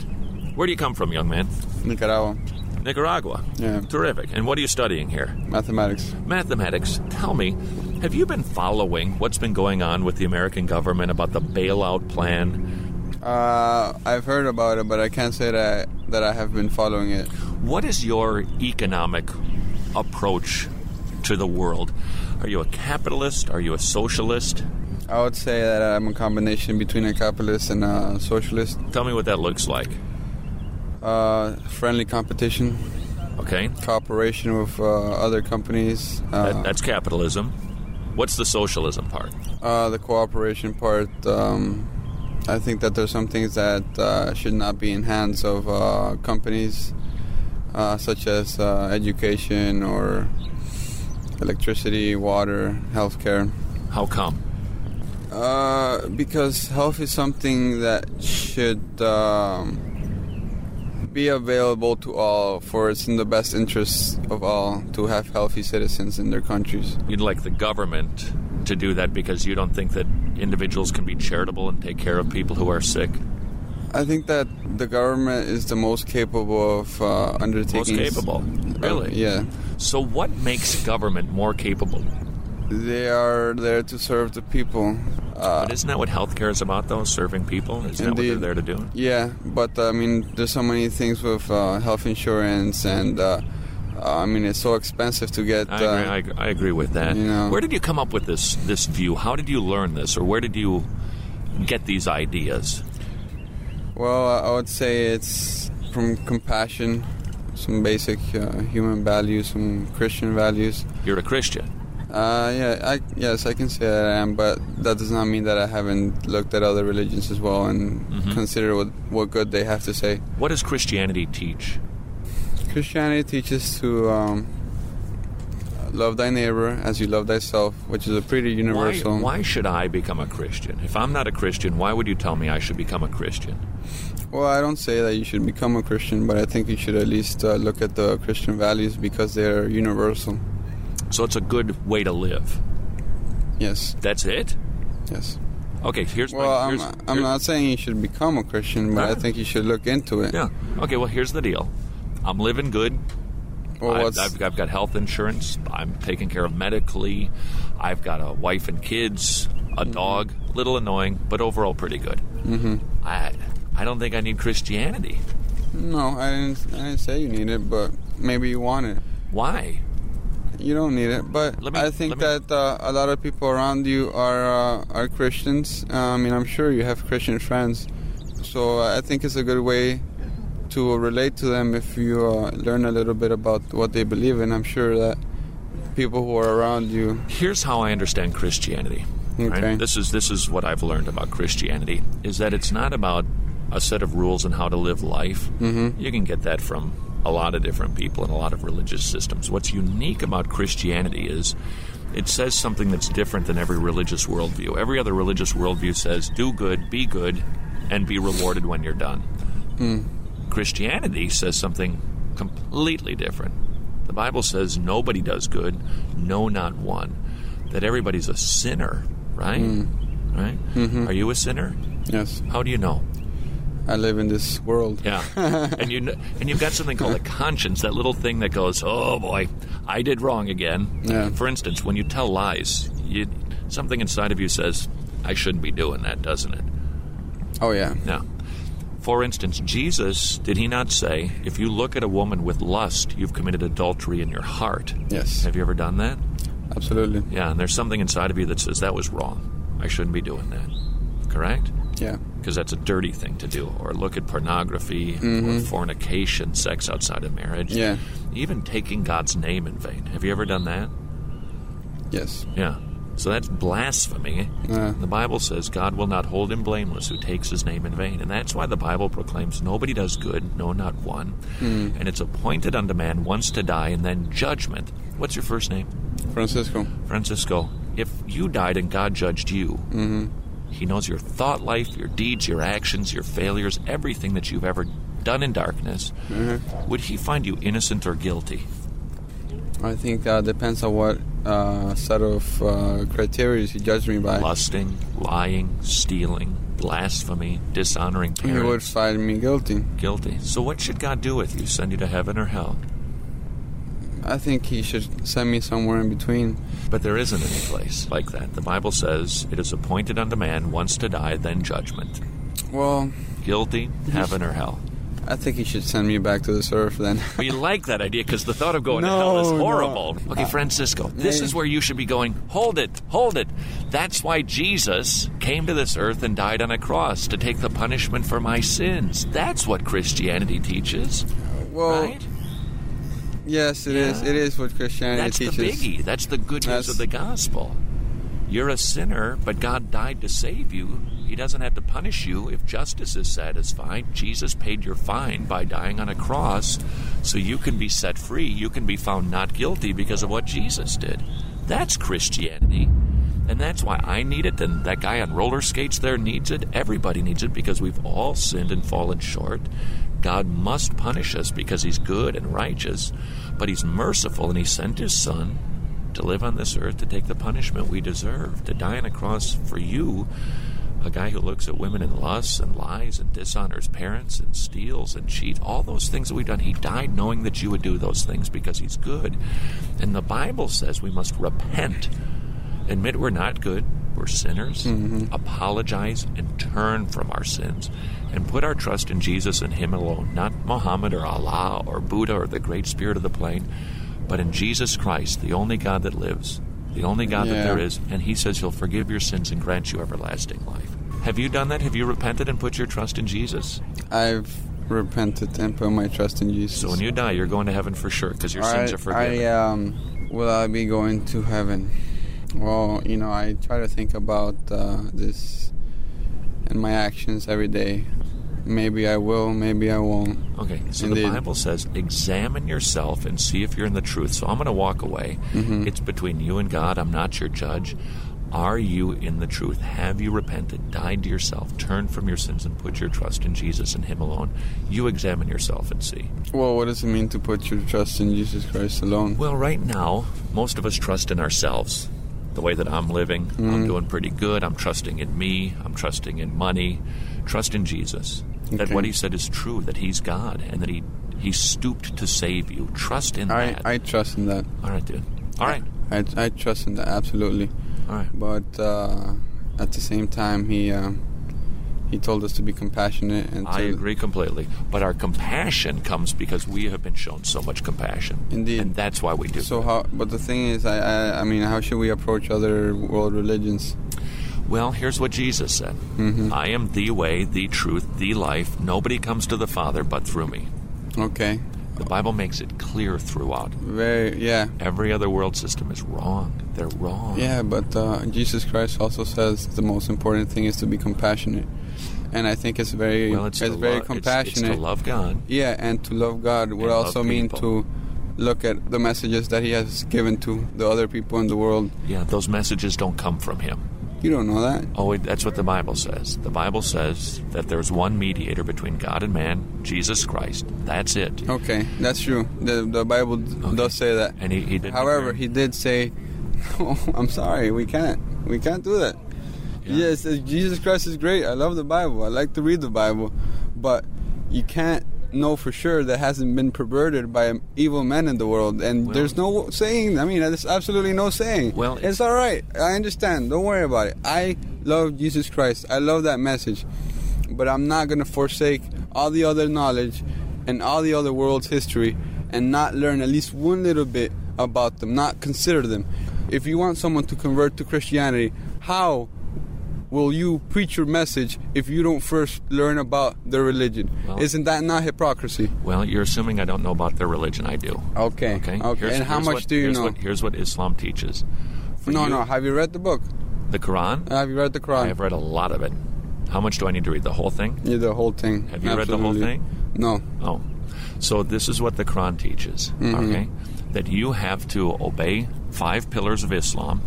S5: Where do you come from, young man?
S8: Nicaragua.
S5: Nicaragua.
S8: Yeah.
S5: Terrific. And what are you studying here?
S8: Mathematics.
S5: Mathematics. Tell me, Have you been following what's been going on with the American government about the bailout plan?
S8: Uh, I've heard about it, but I can't say that I, that I have been following it.
S5: What is your economic approach to the world? Are you a capitalist? Are you a socialist?
S8: I would say that I'm a combination between a capitalist and a socialist.
S5: Tell me what that looks like.
S8: Uh, friendly competition.
S5: Okay.
S8: Cooperation with uh, other companies. Uh,
S5: That, that's capitalism. What's the socialism part?
S8: Uh, the cooperation part, um, I think that there's some things that uh, should not be in hands of uh, companies, uh, such as uh, education or electricity, water, healthcare.
S5: How come?
S8: Uh, because health is something that should um, be available to all, for it's in the best interest of all to have healthy citizens in their countries.
S5: You'd like the government to do that because you don't think that individuals can be charitable and take care of people who are sick.
S8: I think that the government is the most capable of uh, undertaking.
S5: capable, really?
S8: Oh, yeah.
S5: So, what makes government more capable?
S8: They are there to serve the people. Uh,
S5: but isn't that what healthcare is about, though? Serving people? Isn't that what they're
S8: Indeed.
S5: there to do?
S8: Yeah, but uh, I mean, there's so many things with uh, health insurance, and uh, I mean, it's so expensive to get. uh,
S5: I agree, I, agree- I agree with that.
S8: you know.
S5: Where did you come up with this this view? How did you learn this, or where did you get these ideas?
S8: Well, I would say it's from compassion, some basic uh, human values, some Christian values.
S5: You're a Christian.
S8: Uh, yeah, I, yes, I can say that I am, but that does not mean that I haven't looked at other religions as well and
S5: Mm-hmm.
S8: consider what, what good they have to say.
S5: What does Christianity teach?
S8: Christianity teaches to um, love thy neighbor as you love thyself, which is a pretty universal.
S5: Why, why should I become a Christian? If I'm not a Christian, why would you tell me I should become a Christian?
S8: Well, I don't say that you should become a Christian, but I think you should at least uh, look at the Christian values because they're universal.
S5: So it's a good way to live.
S8: Yes.
S5: That's it.
S8: Yes.
S5: Okay. Here's
S8: Well, um,
S5: my.
S8: I'm,
S5: Here's,
S8: I'm
S5: here's-
S8: not saying you should become a Christian, but I think you should look into it.
S5: Yeah. Okay. Well, here's the deal. I'm living good.
S8: Well,
S5: I've,
S8: what's-
S5: I've, I've got health insurance. I'm taken care of medically. I've got a wife and kids, a dog. Little annoying, but overall pretty good.
S8: Mm-hmm.
S5: I I don't think I need Christianity.
S8: No, I didn't, I didn't say you need it, but maybe you want it.
S5: Why?
S8: You don't need it, but I think that uh, a lot of people around you are uh, are Christians. Uh, I mean, I'm sure you have Christian friends, so uh, I think it's a good way to relate to them if you uh, learn a little bit about what they believe in. I'm sure that people who are around you.
S5: Here's how I understand Christianity.
S8: Okay.
S5: This is this is what I've learned about Christianity is that it's not about a set of rules and how to live life.
S8: Mhm.
S5: You can get that from a lot of different people and a lot of religious systems. What's unique about Christianity is it says something that's different than every religious worldview. Every other religious worldview says do good, be good, and be rewarded when you're done.
S8: Mm.
S5: Christianity says something completely different. The Bible says nobody does good, no, not one. That everybody's a sinner, right? Right? Are you a sinner?
S8: Yes.
S5: How do you know?
S8: I live in this world.
S5: Yeah. and you kn- and you've got something called a conscience, that little thing that goes, "Oh boy, I did wrong again."
S8: Yeah.
S5: For instance, when you tell lies, you something inside of you says, "I shouldn't be doing that," doesn't it?
S8: Oh yeah.
S5: Now, for instance, Jesus, did he not say, if you look at a woman with lust, you've committed adultery in your heart?
S8: Yes.
S5: Have you ever done that?
S8: Absolutely.
S5: Yeah, and there's something inside of you that says, that was wrong. I shouldn't be doing that. Correct?
S8: Yeah.
S5: Because that's a dirty thing to do. Or look at pornography, or
S8: Mhm.
S5: fornication, sex outside of marriage.
S8: Yeah.
S5: Even taking God's name in vain. Have you ever done that?
S8: Yes.
S5: Yeah. So that's blasphemy.
S8: Yeah.
S5: The Bible says God will not hold him blameless who takes his name in vain. And that's why the Bible proclaims nobody does good, no, not one.
S8: Mm.
S5: And it's appointed unto man once to die and then judgment. What's your first name?
S8: Francisco.
S5: Francisco. If you died and God judged you,
S8: Mm-hmm.
S5: he knows your thought life, your deeds, your actions, your failures, everything that you've ever done in darkness.
S8: Mm-hmm.
S5: Would he find you innocent or guilty?
S8: I think that depends on what uh, set of uh, criteria you judge me by.
S5: Lusting, lying, stealing, blasphemy, dishonoring
S8: He
S5: parents.
S8: would find me guilty.
S5: guilty. So what should God do with you? Send you to heaven or hell?
S8: I think he should send me somewhere in between.
S5: But there isn't any place like that. The Bible says it is appointed unto man once to die, then judgment.
S8: Well,
S5: Guilty, heaven or hell.
S8: I think he should send me back to this earth then.
S5: We like that idea because the thought of going to
S8: No,
S5: hell is
S8: no. Uh, eh.
S5: horrible. Okay, Francisco, this
S8: yeah.
S5: is where you should be going. Hold it, hold it. That's why Jesus came to this earth and died on a cross to take the punishment for my sins. That's what Christianity teaches.
S8: Well, yes, it is. It is what Christianity
S5: That's
S8: teaches.
S5: the biggie. That's the good news of the gospel. You're a sinner, but God died to save you. He doesn't have to punish you if justice is satisfied. Jesus paid your fine by dying on a cross so you can be set free. You can be found not guilty because of what Jesus did. That's Christianity. And that's why I need it, and that guy on roller skates there needs it. Everybody needs it because we've all sinned and fallen short. God must punish us because He's good and righteous, but He's merciful and He sent His Son to live on this earth to take the punishment we deserve, to die on a cross for you, a guy who looks at women and lusts and lies and dishonors parents and steals and cheats, all those things that we've done. He died knowing that you would do those things because He's good. And the Bible says we must repent admit we're not good, we're sinners,
S8: Mm-hmm.
S5: apologize and turn from our sins, and put our trust in Jesus and Him alone, not Muhammad or Allah or Buddha or the great spirit of the plane, but in Jesus Christ, the only God that lives, the only God that
S8: Yeah.
S5: there is, and He says He'll forgive your sins and grant you everlasting life. Have you done that? Have you repented and put your trust in Jesus?
S8: I've repented and put my trust in Jesus.
S5: So when you die, you're going to heaven for sure because your sins
S8: I-
S5: are forgiven.
S8: I, um, will I be going to heaven? Well, you know, I try to think about uh, this and my actions every day. Maybe I will, maybe I won't.
S5: Okay, so the
S8: Indeed.
S5: Bible says, examine yourself and see if you're in the truth. So I'm going to walk away.
S8: Mhm.
S5: It's between you and God. I'm not your judge. Are you in the truth? Have you repented, died to yourself, turned from your sins, and put your trust in Jesus and Him alone? You examine yourself and see.
S8: Well, what does it mean to put your trust in Jesus Christ alone?
S5: Well, right now, most of us trust in ourselves. The way that I'm living, I'm
S8: Mm.
S5: doing pretty good. I'm trusting in me. I'm trusting in money. Trust in Jesus. That
S8: Okay.
S5: what He said is true. That He's God, and that He He stooped to save you. Trust in
S8: I,
S5: that.
S8: I trust in that.
S5: All right, dude. All right.
S8: I, I trust in that absolutely.
S5: All right.
S8: But uh, at the same time, he uh, he told us to be compassionate and
S5: I
S8: to
S5: agree completely. But our compassion comes because we have been shown so much compassion.
S8: Indeed.
S5: And that's why we do.
S8: So how? But the thing is, I, I I mean, how should we approach other world religions?
S5: Well, here's what Jesus said
S8: Mhm.
S5: I am the way, the truth, the life. Nobody comes to the Father but through me.
S8: Okay.
S5: The Bible makes it clear throughout.
S8: Very yeah.
S5: Every other world system is wrong. They're wrong.
S8: Yeah, but uh, Jesus Christ also says the most important thing is to be compassionate, and I think it's very
S5: Well, it's to
S8: very
S5: lo- it's- it's to
S8: compassionate.
S5: love God.
S8: Yeah, and to love God would
S5: And love
S8: also mean
S5: people.
S8: to look at the messages that He has given to the other people in the world.
S5: Yeah, those messages don't come from him.
S8: You don't know that.
S5: Oh, wait, that's what the Bible says. The Bible says that there's one mediator between God and man, Jesus Christ. That's it.
S8: Okay, that's true. The, the Bible d- does say that.
S5: And he, he did
S8: However, he did say, "No, I'm sorry, we can't. We can't do that." Yes, uh, Jesus Christ is great. I love the Bible. I like to read the Bible, but you can't know for sure that hasn't been perverted by evil men in the world. And there's no saying. I mean, there's absolutely no saying. Well, it's all right. I understand. Don't worry about it. I love Jesus Christ. I love that message, but I'm not gonna forsake all the other knowledge and all the other world's history and not learn at least one little bit about them, not consider them. If you want someone to convert to Christianity, how will you preach your message if you don't first learn about their religion? Isn't that not hypocrisy?
S5: Well, you're assuming I don't know about their religion. I do.
S8: Okay.
S5: Okay.
S8: Okay, and how much
S5: what-
S8: do you
S5: here's
S8: know?
S5: What, here's what Islam teaches. For
S8: No,
S5: you-
S8: no. Have you read the book?
S5: The Quran?
S8: Have you read the Quran?
S5: I've read a lot of it. How much do I need to read? The whole thing?
S8: Yeah, the whole thing.
S5: Have you read the whole
S8: Absolutely.
S5: thing?
S8: No.
S5: Oh. So this is what the Quran teaches,
S8: Mhm.
S5: okay? That you have to obey five pillars of Islam,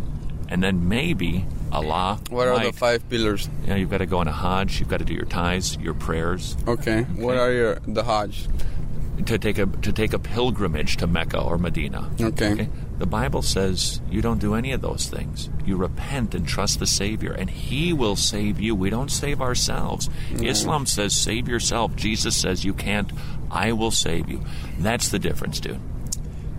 S5: and then maybe Allah.
S8: What are the five pillars?
S5: Yeah, you've got to go on a Hajj. You've got to do your tithes, your prayers.
S8: Okay. What are your the Hajj?
S5: To take a to take a pilgrimage to Mecca or Medina.
S8: Okay.
S5: The Bible says you don't do any of those things. You repent and trust the Savior, and He will save you. We don't save ourselves.
S13: No.
S5: Islam says save yourself. Jesus says you can't. I will save you. That's the difference, dude.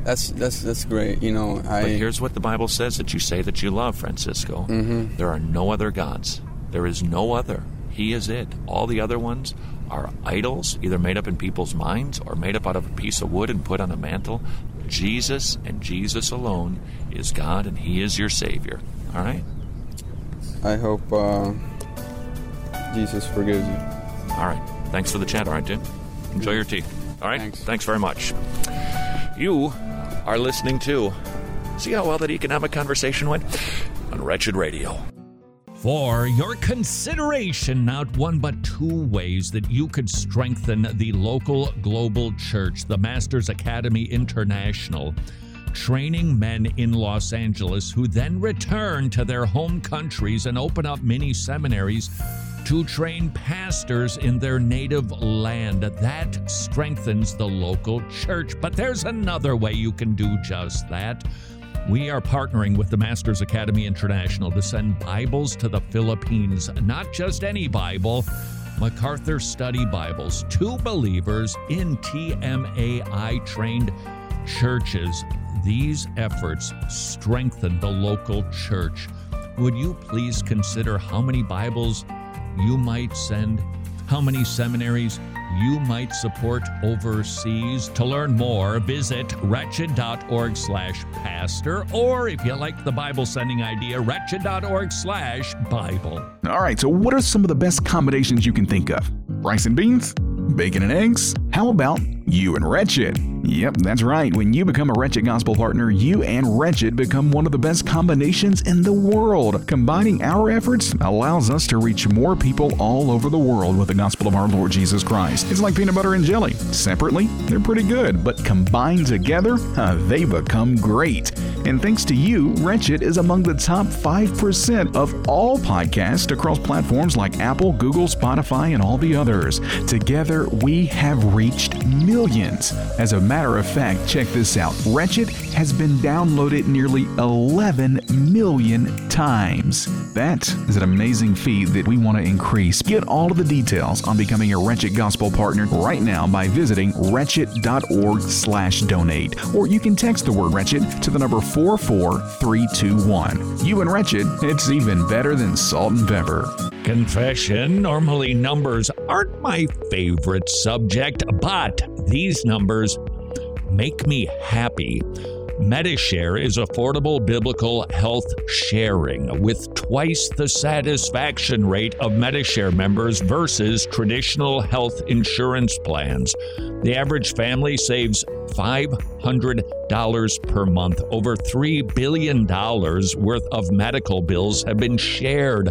S8: That's that's that's great. You know, I
S12: But here's what the Bible says that you say that you love, Francisco.
S8: Mhm.
S12: There are no other gods. There is no other. He is it. All the other ones are idols, either made up in people's minds or made up out of a piece of wood and put on a mantle. Jesus and Jesus alone is God, and He is your Savior. All right?
S8: I hope uh, Jesus forgives you.
S12: All right. Thanks for the chat. All right, Jim. Enjoy your tea. All right. Thanks. very much. You are listening to. See how well that economic conversation went on Wretched Radio.
S5: For your consideration, not one but two ways that you could strengthen the local global church, the Masters Academy International, training men in Los Angeles who then return to their home countries and open up mini seminaries to train pastors in their native land. That strengthens the local church. But there's another way you can do just that. We are partnering with the Masters Academy International to send Bibles to the Philippines, not just any Bible. MacArthur Study Bibles to believers in TMAI trained churches. These efforts strengthen the local church. Would you please consider how many Bibles you might send, how many seminaries you might support overseas. To learn more, visit wretched.org slash pastor, or if you like the Bible sending idea, wretched.org slash Bible.
S9: All right, so what are some of the best combinations you can think of? Rice and beans? Bacon and eggs? How about you and Wretched? Yep, that's right. When you become a Wretched Gospel partner, you and Wretched become one of the best combinations in the world. Combining our efforts allows us to reach more people all over the world with the gospel of our Lord Jesus Christ. It's like peanut butter and jelly. Separately, they're pretty good, but combined together, huh, they become great. And thanks to you, Wretched is among the top 5% of all podcasts across platforms like Apple, Google, Spotify, and all the others. Together, we have reached millions. As a matter of fact, check this out Wretched has been downloaded nearly 11 million times. That is an amazing feat that we want to increase. Get all of the details on becoming a Wretched Gospel partner right now by visiting wretched.org slash donate. Or you can text the word Wretched to the number 44321. You and Wretched, it's even better than salt and pepper.
S5: Confession normally numbers aren't my favorite subject, but these numbers make me happy. Medishare is affordable biblical health sharing with twice the satisfaction rate of Medishare members versus traditional health insurance plans. The average family saves $500 per month. Over $3 billion worth of medical bills have been shared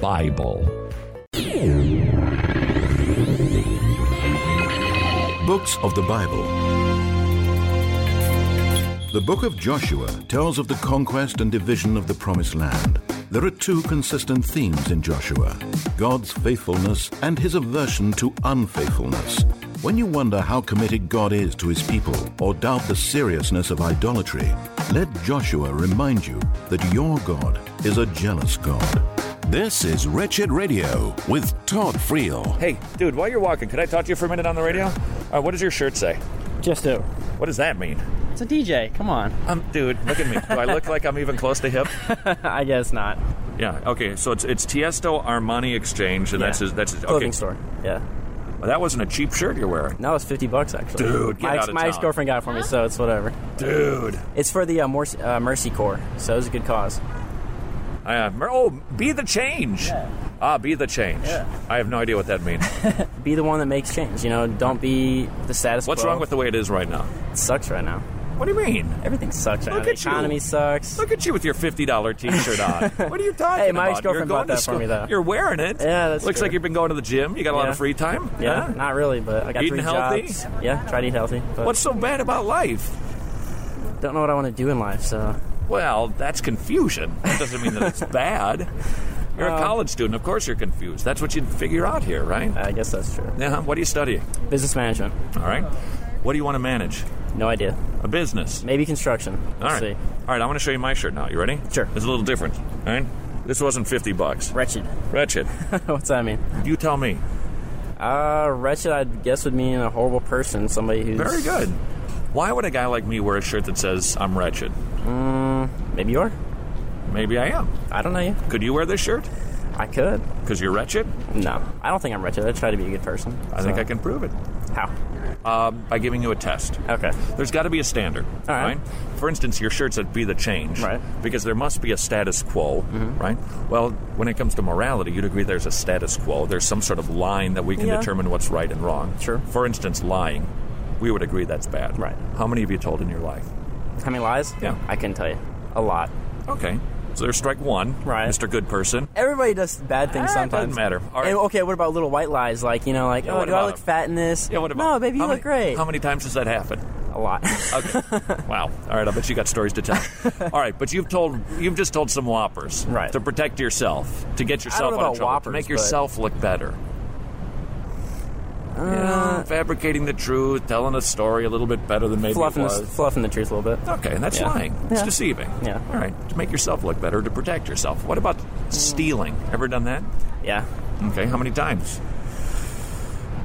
S5: Bible.
S1: Books of the Bible. The book of Joshua tells of the conquest and division of the Promised Land. There are two consistent themes in Joshua God's faithfulness and his aversion to unfaithfulness. When you wonder how committed God is to his people or doubt the seriousness of idolatry, let Joshua remind you that your God is a jealous God.
S14: This is Wretched Radio with Todd Friel.
S12: Hey, dude, while you're walking, could I talk to you for a minute on the radio? Uh, what does your shirt say? Just do. What does that mean?
S6: It's a DJ. Come on.
S12: Um, dude, look at me. Do I look like I'm even close to hip? I guess not. Yeah. Okay. So it's it's Tiesto Armani Exchange, and that's his that's his
S6: Clothing
S12: okay.
S6: store. Yeah.
S12: Well, that wasn't a cheap shirt you're wearing.
S6: No, it's fifty bucks actually.
S12: Dude, get
S6: my,
S12: out of
S6: my
S12: town.
S6: ex-girlfriend got it for me, so it's whatever.
S12: Dude.
S6: it's for the uh, Mercy, uh, Mercy Corps, so it's a good cause.
S12: I have. mer- Oh, be the change. Ah, be the change. I have no idea what that means.
S6: Be the one that makes change. You know, don't be the status
S12: What's
S6: quo.
S12: wrong with the way it is right now?
S6: It sucks right now.
S12: What do you mean?
S6: Everything sucks. right now.
S12: Look
S6: The
S12: at you.
S6: economy sucks.
S12: Look at you with your fifty dollar T-shirt on. What are you talking
S6: Hey, my
S12: about?
S6: ex-girlfriend
S12: You're
S6: bought
S12: going to
S6: that for
S12: school-
S6: me though.
S12: You're wearing it.
S6: Yeah, that's
S12: Looks
S6: true.
S12: like you've been going to the gym. You got a lot
S6: Yeah.
S12: of free time.
S6: Yeah,
S12: Huh?
S6: not really, but I got
S12: Eating
S6: three
S12: healthy?
S6: jobs. Yeah, try to eat healthy. But
S12: What's so bad about life?
S6: don't know what I want to do in life, so.
S5: Well, that's confusion. That doesn't mean that it's bad. You're a college student. Of course you're confused. That's what you'd figure out here, right?
S6: I guess that's true.
S5: Yeah. What are you studying?
S6: Business management.
S5: All right. What do you want to manage?
S6: No idea.
S5: A business.
S6: Maybe construction.
S5: All right.
S6: See.
S5: All right, I want to show you my shirt now. You ready? Sure. It's a little different. All right. This wasn't 50 bucks.
S6: Wretched.
S5: Wretched.
S6: What's that mean?
S5: You tell me.
S6: Uh, wretched, I guess, would mean a horrible person, somebody who's.
S5: Very good. Why would a guy like me wear a shirt that says I'm wretched?
S6: Mm, maybe you are.
S5: Maybe I am.
S6: I don't know you.
S5: Could you wear this shirt?
S6: I could.
S5: Because you're wretched?
S6: No. I don't think I'm wretched. I try to be a good person.
S5: I think I can prove it.
S6: How?
S5: Uh, by giving you a test.
S6: Okay.
S5: There's got to be a standard.
S6: All right.
S5: For instance, your shirts at Be the Change. Right. Mm-hmm. Because there must be a status quo, right? Well, when it comes to morality, you'd agree there's a status quo. There's some sort of line that we can
S6: Yeah.
S5: determine what's right and wrong. Sure. For instance, lying. We would agree that's bad. Right. How many have you told in your life?
S6: How many lies?
S5: Yeah.
S6: I can tell you. A lot.
S5: Okay. So there's strike one. Right. Mr. Good Person.
S6: Everybody does bad things
S5: Ah, it doesn't
S6: sometimes.
S5: matter. All right.
S6: And, okay, what about little white lies? Like, you know, like,
S5: Yeah,
S6: oh,
S5: what
S6: do I
S5: about
S6: look
S5: them?
S6: fat in this?
S5: Yeah, what about
S6: No, baby, you
S5: how
S6: look
S5: many-
S6: great.
S5: How many times does that happen?
S6: A lot.
S5: Okay. wow. All right. I bet you got stories to tell. All right, but you've told you've just told some whoppers, right? To protect yourself, to get yourself
S6: know
S5: out
S6: about
S5: of trouble,
S6: whoppers,
S5: to make
S6: but-
S5: yourself look better. You
S6: Uh,
S5: know, fabricating the truth, telling a story a little bit better than maybe
S6: Fluffing
S5: it
S6: the,
S5: was.
S6: fluffing the truth a little bit.
S5: Okay, that's
S6: Yeah.
S5: lying. It's
S6: Yeah. Mm.
S5: deceiving. Yeah. All right, to make yourself look better, to protect yourself. What about stealing? Ever done that?
S6: Yeah.
S5: Okay, how many times?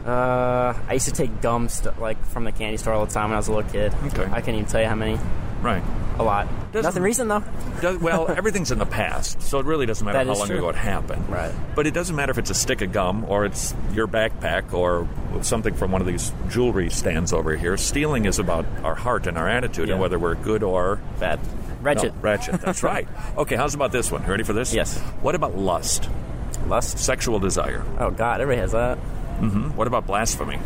S6: Uh, I used to take dumb stuff like from the candy store all the time when I was a little kid. Okay. I can't even tell you how many.
S5: Right.
S6: A lot. Nothing recent though.
S5: Does, well, everything's in the past, so it really doesn't matter
S6: That
S5: how
S6: is
S5: long
S6: true.
S5: ago it happened. Right. But it doesn't matter if it's a stick of gum or it's your backpack or something from one of these jewelry stands over here. Stealing is about our heart and our attitude and whether we're good or bad.
S6: Wretched.
S5: wretched. That's right. Okay, how's about this one? Ready for this? Yes. What about lust?
S6: Lust?
S5: Sexual desire.
S6: Oh, God, everybody has that.
S5: hmm What about blasphemy?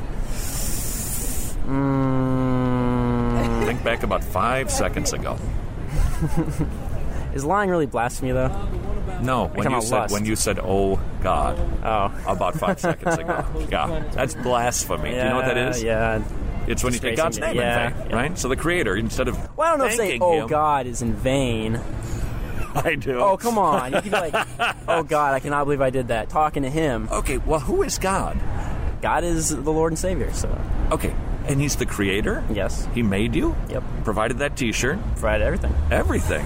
S5: Think back about five seconds ago.
S6: Is lying really blasphemy though?
S5: No, when
S6: talking
S5: you
S6: about
S5: said
S6: lust.
S5: when you said "Oh God," oh, about five seconds ago. Yeah, that's blasphemy. Do you know what that
S6: Yeah,
S5: is?
S6: yeah.
S5: it's when you take
S6: Disgracing
S5: God's
S6: it,
S5: name
S6: yeah,
S5: in vain, right? So the Creator, instead of
S6: Well, I don't know if saying
S5: thanking
S6: "Oh
S5: him,
S6: God" is in vain.
S5: I do.
S6: Oh, come on! You can be like, "Oh God, I cannot believe I did that." Talking to Him.
S5: Okay, well, who is God?
S6: God is the Lord and Savior. So,
S5: Okay, and He's the Creator.
S6: Yes,
S5: He made you.
S6: Yep.
S5: Provided that T-shirt.
S6: Provided everything.
S5: Everything,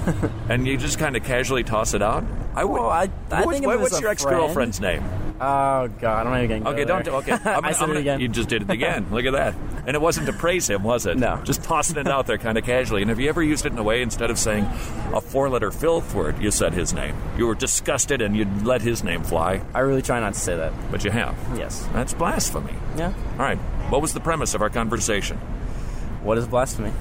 S5: and you just kind of casually toss it out. I would.
S6: Well, I- I
S5: What was-
S6: think of
S5: what-
S6: it as
S5: what's
S6: a
S5: your ex-girlfriend's name?
S6: oh God, I'm not even gonna. Go
S5: Okay,
S6: there.
S5: don't. Okay, I'm gonna,
S6: I said
S5: am
S6: it
S5: gonna,
S6: again.
S5: You just did it again. Look at that. And it wasn't to praise him, was it? No. Just tossing it out there kind of casually. And have you ever used it in a way instead of saying a four-letter filth word, you said his name. You were disgusted and you let his name fly.
S6: I really try not to say that,
S5: but you have.
S6: Yes.
S5: That's blasphemy.
S6: Yeah.
S5: All right. What was the premise of our conversation?
S6: What is blasphemy?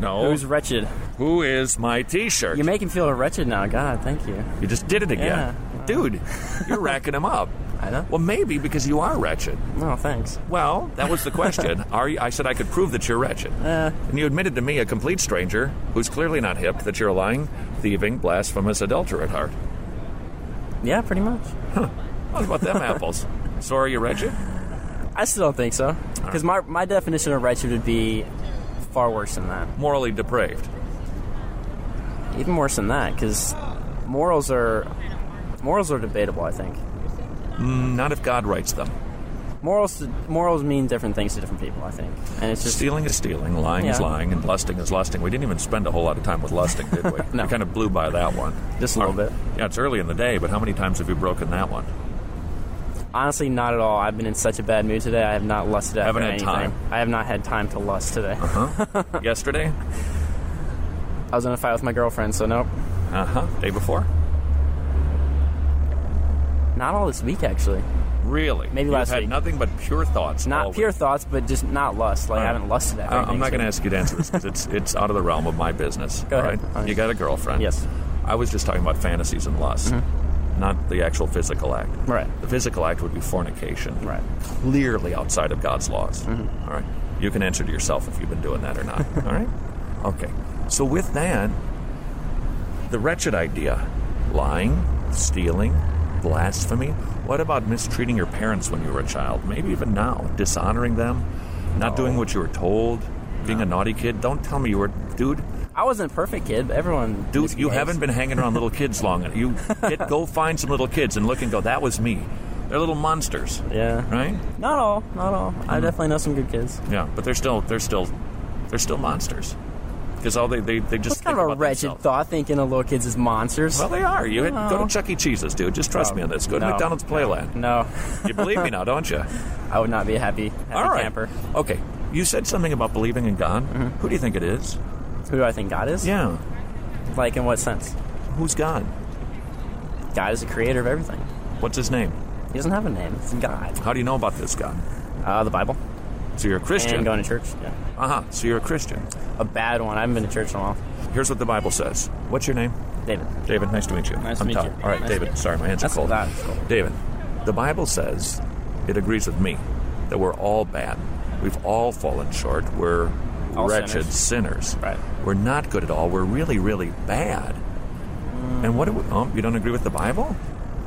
S5: No.
S6: Who's wretched?
S5: Who is my T-shirt?
S6: You make him feel wretched now. God, thank you.
S5: You just did it again, dude. You're racking him up. I know. Well, maybe because you are wretched.
S6: No, Oh, thanks.
S5: Well, that was the question. Are you, I said I could prove that you're wretched.
S6: Uh.
S5: and you admitted to me, a complete stranger, who's clearly not hip, that you're a lying, thieving, blasphemous adulterer at heart.
S6: Yeah, pretty much.
S5: What about them apples? So are you wretched?
S6: I still don't think so, because my my definition of wretched would be far worse than that.
S5: Morally depraved.
S6: Even worse than that, because morals are morals are debatable. I think
S5: Mm, not if God writes them.
S6: morals morals mean different things to different people. I think, and it's just
S5: stealing is stealing, lying is
S6: Yeah.
S5: lying, and lusting is lusting. We didn't even spend a whole lot of time with lusting, did we? We kind of blew by that one. Just a little bit. Yeah, it's early in the day, but how many times have you broken that one?
S6: honestly not at all. I've been in such a bad mood today. I have not lusted after
S5: Haven't had
S6: anything.
S5: time.
S6: I have not had time to lust today.
S5: Uh-huh. Yesterday?
S6: I was in a fight with my girlfriend, so nope.
S5: Uh huh. Day before?
S6: Not all this week, actually.
S5: Really?
S6: Maybe
S5: You've
S6: last
S5: had
S6: week.
S5: nothing but pure thoughts.
S6: Not pure thoughts, but just not lust. Like I haven't lusted after.
S5: I- Uh, I'm
S6: anything,
S5: not
S6: so-
S5: going to ask you to answer this because it's it's out of the realm of my business. Go ahead. You got a girlfriend. Yes. I was just talking about fantasies and lust, not the actual physical act. Right. The physical act would be fornication. Right. Clearly outside of God's laws. All right. You can answer to yourself if you've been doing that or not. All right. Okay. So with that, the wretched idea, lying, stealing, blasphemy. What about mistreating your parents when you were a child? Maybe even now, dishonoring them, not doing what you were told, being a naughty kid. Don't tell me you were, dude.
S6: I wasn't a perfect kid, but everyone.
S5: Dude, you haven't been hanging around little kids long. enough. You get, go find some little kids and look and go, that was me. They're little monsters.
S6: Yeah.
S5: Right? Uh-huh.
S6: Not all, not all. I definitely know some good kids.
S5: Yeah, but they're still they're still they're still monsters. Because all they they, they just
S6: It's kind of a wretched thought thinking of little kids as monsters.
S5: Well, they are. You hit, go
S6: No.
S5: to Chuck E. Cheese's, dude. Just trust
S6: No.
S5: me on this. Go to
S6: No.
S5: McDonald's Playland.
S6: No.
S5: you believe me now, don't you?
S6: I would not be a happy,
S5: All right. Okay. You said something about believing in God.
S6: Mm-hmm.
S5: Who do you think it is?
S6: Who do I think God is?
S5: Yeah.
S6: Like, in what sense?
S5: Who's God?
S6: God is the creator of everything.
S5: What's his name?
S6: He doesn't have a name. It's God.
S5: How do you know about this God?
S6: Uh, the Bible.
S5: So you're a Christian.
S6: And going to church. Yeah.
S5: Uh huh. So you're a Christian.
S6: A bad one. I haven't been to church in a while.
S5: Here's what the Bible says. What's your name?
S6: David.
S5: David, nice to meet you.
S6: Nice to
S5: I'm
S6: meet
S5: Todd.
S6: you.
S5: All right,
S6: Nice to meet
S5: David.
S6: you.
S5: Sorry, my hands are
S6: That's-
S5: cold.
S6: that's cool.
S5: David, the Bible says it agrees with me that we're all bad. We've all fallen short. We're
S6: All
S5: wretched sinners. Right. We're not good at all. We're really, really bad. And what do we? Oh, you don't agree with the Bible?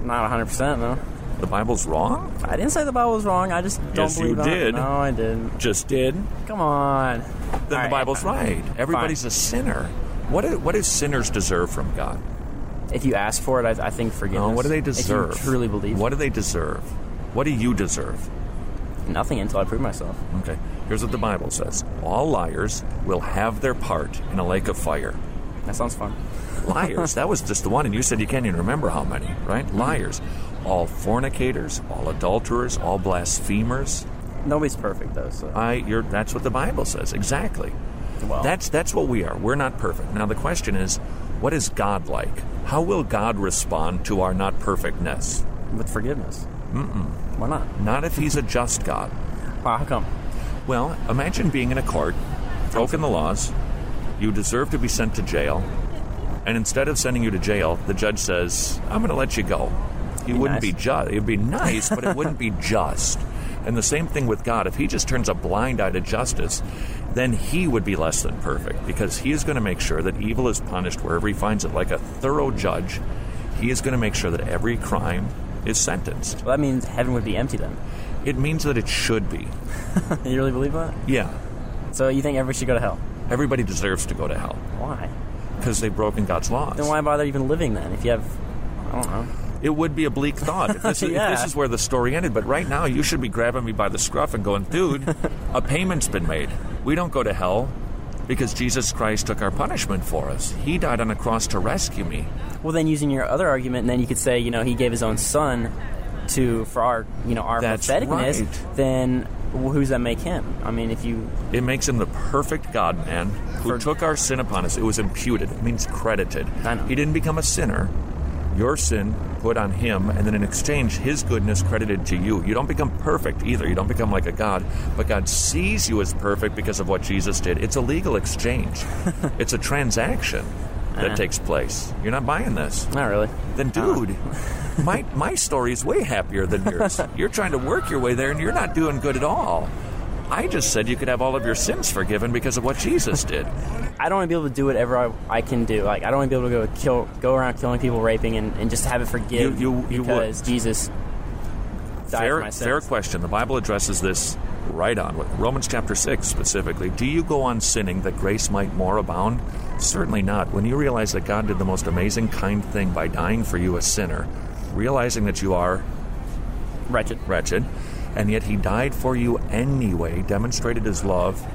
S6: Not 100%, no.
S5: The Bible's wrong?
S6: I didn't say the Bible was wrong. I just don't
S5: yes,
S6: believe
S5: you
S6: that.
S5: did.
S6: No, I didn't.
S5: Just did.
S6: Come on.
S5: Then the Bible's right. Everybody's a sinner. What do, what do sinners deserve from God?
S6: If you ask for it, I, I think forgiveness.
S5: No, what do they
S6: If you
S5: deserve?
S6: truly believe.
S5: What do they deserve? What do you deserve?
S6: Nothing until I prove myself.
S5: Okay. Here's what the Bible says All liars will have their part in a lake of fire.
S6: That sounds fun.
S5: liars. That was just the one, and you said you can't even remember how many, right? Liars. All fornicators, all adulterers, all blasphemers.
S6: Nobody's perfect, though, so.
S5: I, you're, that's what the Bible says, exactly.
S6: Well.
S5: That's, that's what we are. We're not perfect. Now, the question is what is God like? How will God respond to our not perfectness?
S6: With forgiveness.
S5: Mm-mm.
S6: Why not?
S5: Not if he's a just God.
S6: Wow, how come?
S5: Well, imagine being in a court, broken the laws, you deserve to be sent to jail, and instead of sending you to jail, the judge says, I'm going to let you go. You wouldn't be just. It would be nice, but it wouldn't be just. And the same thing with God. If he just turns a blind eye to justice, then he would be less than perfect because he is going to make sure that evil is punished wherever he finds it. Like a thorough judge, he is going to make sure that every crime is sentenced.
S6: Well, that means heaven would be empty then.
S5: It means that it should be.
S6: you really believe that?
S5: Yeah.
S6: So you think everybody should go to hell?
S5: Everybody deserves to go to hell.
S6: Why?
S5: Because they've broken God's laws.
S6: Then why bother even living then? If you have, I don't know.
S5: It would be a bleak thought if this, is,
S6: Yeah.
S5: if this is where the story ended. But right now, you should be grabbing me by the scruff and going, dude, a payment's been made. We don't go to hell because Jesus Christ took our punishment for us. He died on a cross to rescue me.
S6: Well, then using your other argument, then you could say, you know, he gave his own son to for our, you know, our
S5: That's
S6: patheticness.
S5: right.
S6: Then wh- who's that make him? I mean, if you
S5: It makes him the perfect God man who took our sin upon us. It was imputed, it means credited. He didn't become a sinner. Your sin put on him, and then in exchange, his goodness credited to you. You don't become perfect either. You don't become like a God, but God sees you as perfect because of what Jesus did. It's a legal exchange, it's a transaction that
S6: Uh.
S5: takes place. You're not buying this.
S6: Not really.
S5: Then, dude. My, my story is way happier than yours. You're trying to work your way there and you're not doing good at all. I just said you could have all of your sins forgiven because of what Jesus did.
S6: I don't want to be able to do whatever I, I can do. Like I don't want to be able to go kill, go around killing people, raping, and, and just have it forgive
S5: You- you- you
S6: because Jesus died for my
S5: Fair,
S6: sins.
S5: fair question. The Bible addresses this right on. with Romans chapter 6 specifically. Do you go on sinning that grace might more abound? Certainly not. When you realize that God did the most amazing, kind thing by dying for you, a sinner, realizing that you are
S6: wretched,
S5: wretched, and yet He died for you anyway, demonstrated His love,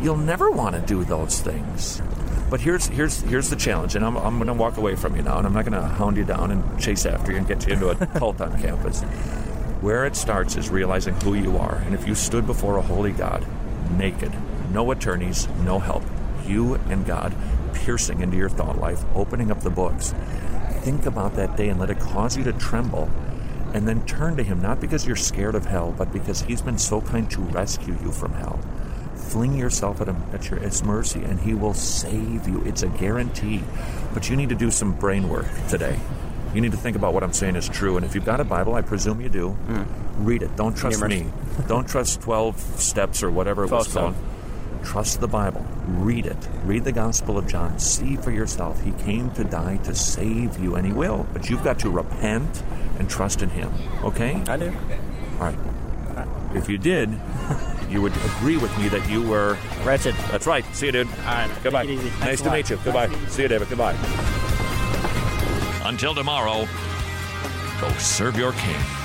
S5: you'll never want to do those things. But here's here's here's the challenge, and I'm, I'm going to walk away from you now, and I'm not going to hound you down and chase after you and get you into a cult on campus. Where it starts is realizing who you are, and if you stood before a holy God, naked, no attorneys, no help, you and God piercing into your thought life, opening up the books. Think about that day and let it cause you to tremble, and then turn to Him, not because you're scared of hell, but because He's been so kind to rescue you from hell. Fling yourself at him at your his mercy, and he will save you. It's a guarantee. But you need to do some brain work today. You need to think about what I'm saying is true. And if you've got a Bible, I presume you do, read it. Don't trust
S6: mercy.
S5: me. Don't trust 12 steps or whatever it was
S6: 12
S5: called. Trust the Bible. Read it. Read the Gospel of John. See for yourself. He came to die to save you, and he will. But you've got to repent and trust in him. Okay?
S6: I do.
S5: All right. If you did, you would agree with me that you were
S13: wretched.
S5: That's right. See you, dude. All right. Goodbye. Nice
S13: a
S5: to
S13: lot.
S5: meet you. Goodbye. See you, David. Goodbye. Until tomorrow, go serve your king.